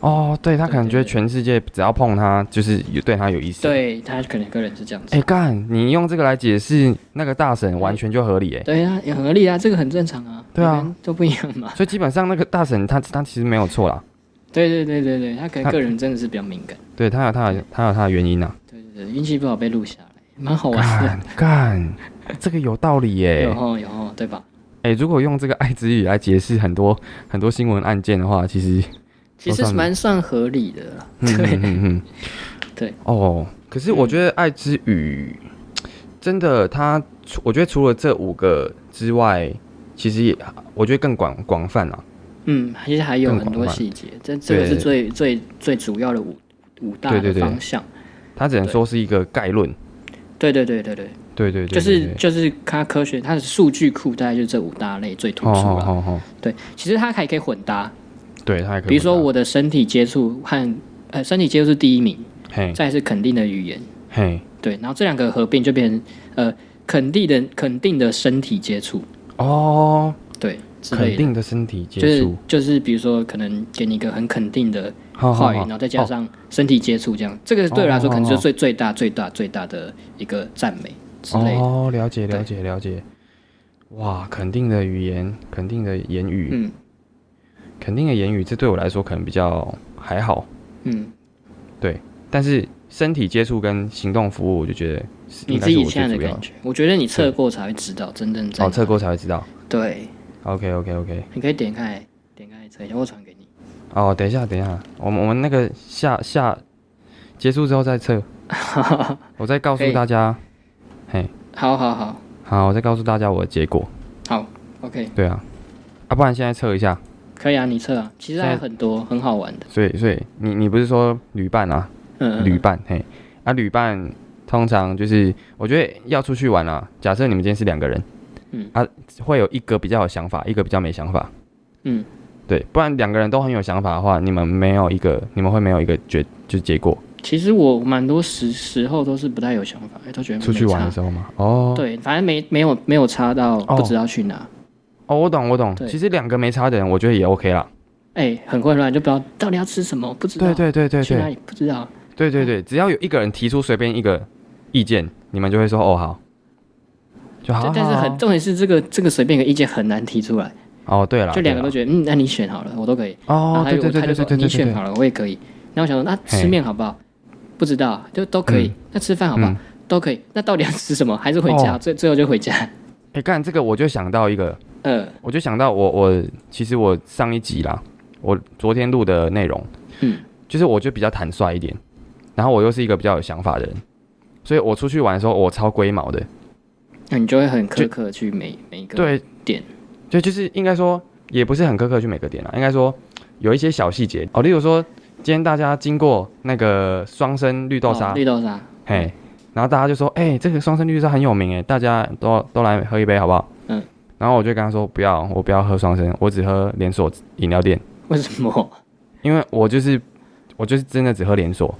B: 哦，对他可能觉得
A: 对对对
B: 全世界只要碰他，就是有对他有意思。，
A: 对他可能个人是这样子，
B: 哎、干，你用这个来解释那个大婶完全就合理哎、
A: 对啊，也很合理啊，这个很正常啊，
B: 对啊
A: 每个人都不一样嘛，
B: 所以基本上那个大婶她她其实没有错啦，
A: 对对对对对，他可
B: 他
A: 能个人真的是比较敏感，
B: 对她有她有她有她的原因呐、啊。
A: 对对对，运气不好被录下来，蛮好玩
B: 干干，这个有道理
A: 的，
B: 耶、
A: 有哦有哦，对吧？
B: 哎、如果用这个爱之语来解释很多很多新闻案件的话，其实，
A: 其实蛮算合理的啦，
B: 哦嗯
A: 对
B: 嗯嗯嗯，
A: 对，
B: 哦，可是我觉得爱之语真的它，除我觉得除了这五个之外，其实也我觉得更广广泛啊。
A: 嗯，其实还有
B: 更
A: 很
B: 广
A: 多
B: 泛
A: 细节，这这个是
B: 对
A: 最最最主要的五五大
B: 对对
A: 的
B: 对
A: 方向，
B: 它只能说是一个概论。
A: 对对对对对。
B: 对对对对
A: 就是
B: 对
A: 就是它科学它的数据库大概就是这五大类最突
B: 哦
A: 出啊
B: 哦
A: 了。
B: 哦哦，
A: 对，其实它还可以混搭，
B: 对，它也可以。
A: 比如说，我的身体接触和呃身体接触是第一名，
B: 嘿
A: 再来是肯定的语言，
B: 嘿，
A: 对，然后这两个合并就变成呃肯定的肯定的身体接触，
B: 哦，
A: 对，之
B: 肯
A: 类的，
B: 定的身体
A: 就
B: 接
A: 是
B: 触，
A: 就是比如说可能给你一个很肯定的
B: 好好
A: 话语，
B: 好
A: 然后再加上身体接触这样，这个对我来说可能
B: 哦
A: 就是最最大最大最大的一个赞美之类的。
B: 哦，了解
A: 对
B: 了解了解。哇，肯定的语言，肯定的言语，
A: 嗯
B: 肯定的言语，这对我来说可能比较还好。
A: 嗯，
B: 但是身体接触跟行动服务，我就觉得是
A: 你
B: 应该
A: 自
B: 是
A: 己
B: 我最
A: 现在
B: 主
A: 的
B: 要
A: 感觉，我觉得你测过才会知道真正在
B: 哦，
A: 哪。
B: 测过才会知道。
A: 对，
B: OK OK OK。
A: 你可以点开点开测一下，我传给你。
B: 哦，等一下等一下，我们我们那个下下结束之后再测，我再告
A: 可
B: 诉
A: 以
B: 大家。嘿，
A: 好好好
B: 好，我再告诉大家我的结果。
A: 好，OK，
B: 对啊，啊，不然现在测一下。
A: 可以啊，你测啊，其实还
B: 现
A: 有
B: 在
A: 很多很好玩的。
B: 所以所以你你不是说旅伴啊？
A: 嗯，
B: 旅
A: 嗯
B: 伴，嘿，啊，旅伴通常就是我觉得要出去玩啊。假设你们今天是两个人，
A: 嗯
B: 啊，会有一个比较有想法，一个比较没想法，
A: 嗯，
B: 对，不然两个人都很有想法的话，你们没有一个，你们会没有一个决就是结果。
A: 其实我蛮多时时候都是不太有想法，哎都觉得没
B: 出去玩的
A: 差
B: 时候嘛，哦，
A: 对，反正没没有没有差到
B: 哦
A: 不知道去哪，
B: 哦，我懂我懂，
A: 对
B: 其实两个没差的人，我觉得也 OK 啦。
A: 哎、很混乱，就不知道到底要吃什么，不知道
B: 对对对对
A: 去哪
B: 对
A: 里不知道，
B: 对对对，只要有一个人提出随便一个意见，你们就会说哦好，就好
A: 但
B: 好
A: 但是很
B: 好
A: 重点是这个这个随便一个意见很难提出来，
B: 哦对了，
A: 就两
B: 对
A: 个都
B: 啦
A: 觉得嗯，那你选好了，我都可以，啊然
B: 哦
A: 后他
B: 对
A: 就
B: 对对
A: 他就
B: 对
A: 说
B: 对对
A: 你
B: 对对
A: 选好了，我也可以，那我想说那吃
B: 嘿
A: 面好不好？不知道，就都可以，那吃饭好不好？
B: 嗯
A: 都可以，那到底要吃什么？还是回家？
B: 哦
A: 最最后就回家，
B: 哎，干这个我就想到一个，
A: 呃，
B: 我就想到我我其实我上一集啦，我昨天录的内容，
A: 嗯，
B: 就是我就比较坦率一点，然后我又是一个比较有想法的人，所以我出去玩的时候我超龟毛的，
A: 那你就会很苛
B: 就
A: 刻去每每一个
B: 对
A: 点，
B: 对，就是应该说也不是很苛刻去每个点啦，应该说有一些小细节哦，例如说今天大家经过那个双生绿豆沙，
A: 哦绿豆沙，
B: 嘿，然后大家就说，哎、这个双生绿豆沙很有名哎，大家都都来喝一杯好不好？
A: 嗯，
B: 然后我就跟他说不要，我不要喝双生，我只喝连锁饮料店。
A: 为什么？
B: 因为我就是我就是真的只喝连锁，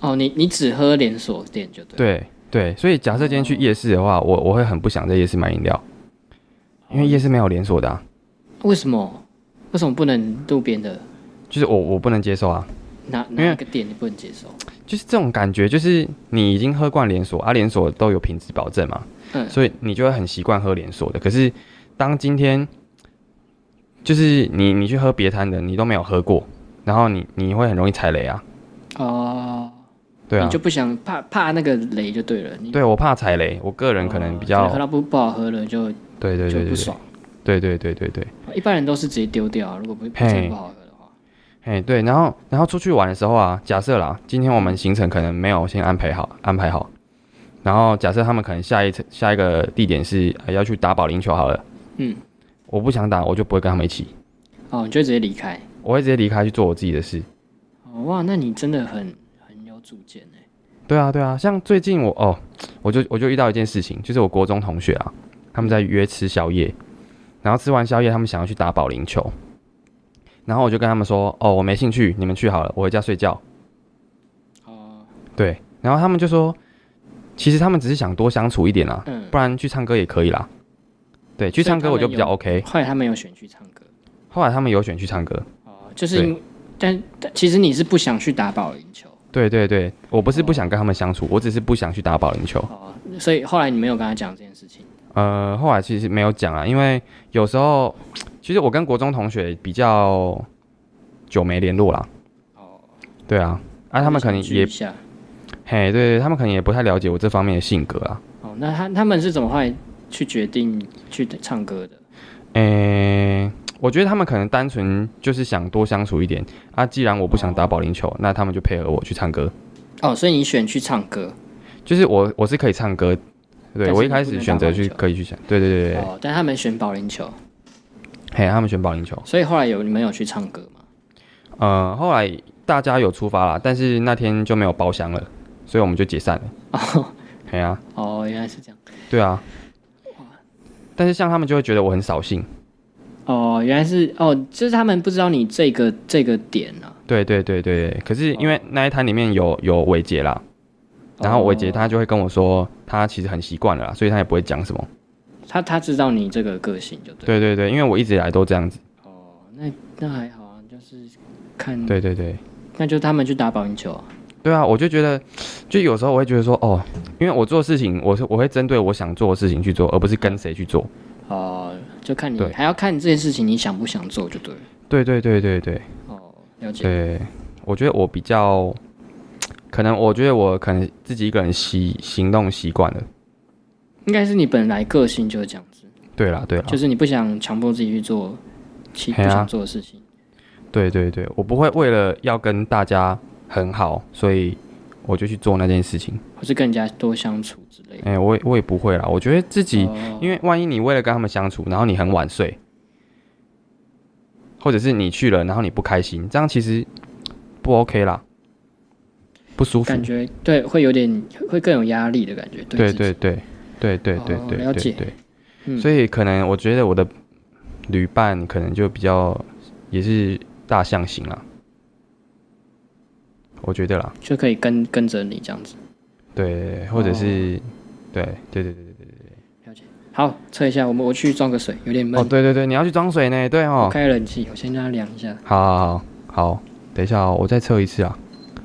A: 哦，你你只喝连锁店就对。
B: 对对，所以假设今天去夜市的话，我我会很不想在夜市买饮料，因为夜市没有连锁的、啊，
A: 为什么？为什么不能路边的
B: 就是我我不能接受啊，
A: 哪
B: 因
A: 哪
B: 为
A: 一个店你不能接受？
B: 就是这种感觉，就是你已经喝惯连锁啊，连锁都有品质保证嘛，
A: 嗯
B: 所以你就会很习惯喝连锁的。可是当今天就是你你去喝别摊的，你都没有喝过，然后你你会很容易踩雷啊，
A: 哦，
B: 对啊
A: 你就，不想怕怕那个雷就对了。你
B: 对我怕踩雷，我个人可能比较
A: 哦、真的喝到不不好喝了就
B: 对对对
A: 就
B: 对
A: 不
B: 对
A: 爽。
B: 对对对对对。
A: 一般人都是直接丢掉，如果不
B: 嘿
A: 真的不好喝的话，
B: 哎，对，然后然后出去玩的时候啊，假设啦，今天我们行程可能没有先安排好，安排好，然后假设他们可能下一次下一个地点是、呃要去打保龄球好了，
A: 嗯，
B: 我不想打，我就不会跟他们一起，
A: 哦，你就直接离开。
B: 我会直接离开去做我自己的事。
A: 哦哇，那你真的很很有主见哎。
B: 对啊，对啊，像最近我哦，我就我就遇到一件事情，就是我国中同学啊，他们在约吃宵夜，然后吃完宵夜，他们想要去打保龄球，然后我就跟他们说，哦，我没兴趣，你们去好了，我回家睡觉。
A: 哦，
B: 对，然后他们就说，其实他们只是想多相处一点啦，
A: 嗯
B: 不，然去唱歌也可以啦。对，去唱歌我就比较
A: 所以
B: OK。
A: 后来他们有选去唱歌，
B: 后来他们有选去唱歌，
A: 哦，就是因为但但其实你是不想去打保龄球，
B: 对对对，我不是不想跟他们相处，我只是不想去打保龄球。
A: 哦，所以后来你没有跟他讲这件事情。
B: 呃，后来其实没有讲啊，因为有时候其实我跟国中同学比较久没联络啦。
A: 哦，
B: 对啊，啊，他们可能
A: 想聚
B: 也
A: 一下。
B: 嘿，对，他们可能也不太了解我这方面的性格啊。
A: 哦，那他他们是怎么后来去决定去唱歌的？
B: 诶、我觉得他们可能单纯就是想多相处一点啊。既然我不想打保龄球，那他们就配合我去唱歌。
A: 哦，所以你选去唱歌，
B: 就是我我是可以唱歌，
A: 但
B: 对
A: 是
B: 我一
A: 你
B: 开
A: 不
B: 始
A: 能
B: 选
A: 打
B: 择
A: 保龄
B: 去
A: 球
B: 可以去想，对对对对，对
A: 哦，但他们选保龄球，
B: 嘿，他们选保龄球。
A: 哦所以后来有你们有去唱歌吗？
B: 呃，后来大家有出发啦，但是那天就没有包厢了，所以我们就解散了。嘿啊，
A: 哦，原来是这样。
B: 对啊。但是像他们就会觉得我很扫兴，
A: 哦，原来是哦，就是他们不知道你这个这个点啊。
B: 对对对对对。可是因为那一摊里面有有伟杰啦，然后伟杰
A: 哦，
B: 他就会跟我说，他其实很习惯了啦，所以他也不会讲什么。
A: 他他知道你这个个性就对。
B: 对对对，因为我一直以来都这样子。
A: 哦，那那还好啊，就是看，
B: 对对对，
A: 那就他们去打保龄球啊。
B: 对啊，我就觉得，就有时候我会觉得说，哦，因为我做事情，我是我会针对我想做的事情去做，而不是跟谁去做。
A: 哦，就看你
B: 对
A: 还要看这件事情你想不想做就对了。
B: 对对对对对
A: 哦，了解。
B: 对，我觉得我比较，可能我觉得我可能自己一个人习行动习惯了。
A: 应该是你本来个性就是这样子，
B: 对啦对啦，
A: 就是你不想强迫自己去做其不
B: 嘿啊
A: 想做的事情。
B: 对对对，我不会为了要跟大家很好，所以我就去做那件事情。
A: 或是跟人家多相处之类的。
B: 哎、我也我也不会啦，我觉得自己，
A: 哦
B: 因为万一你为了跟他们相处，然后你很晚睡，或者是你去了，然后你不开心，这样其实不 OK 啦，不舒服
A: 哦感。觉对，会有点会更有压力的感觉。
B: 对
A: 自己
B: 对对对对对
A: 哦
B: 对
A: 了解
B: 对对，
A: 嗯
B: 所以可能我觉得我的旅伴可能就比较也是大象型啦，我觉得啦。
A: 就可以跟跟着你这样子。
B: 对，或者
A: 哦
B: 是、对对对对对
A: 好，测一下，我们我去装个水，有点
B: 对，
A: 闷，
B: 哦对对对，你要去装水呢，对
A: 我
B: 哦，
A: 开冷气，我先让它凉一下。
B: 好好好好，等一下、哦、我再测一次啊，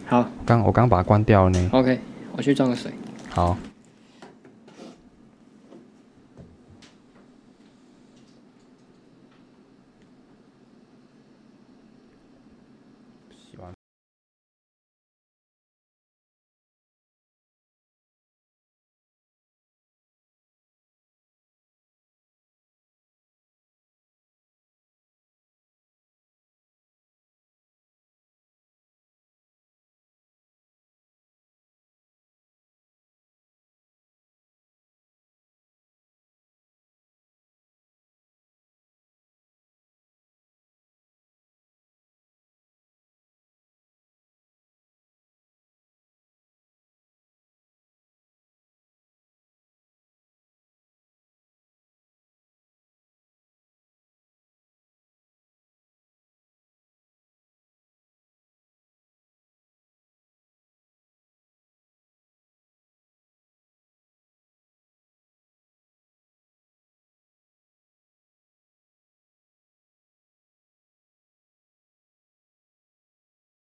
A: 好
B: 刚我刚把它关掉了呢，
A: ，OK，我去装个水。
B: 好，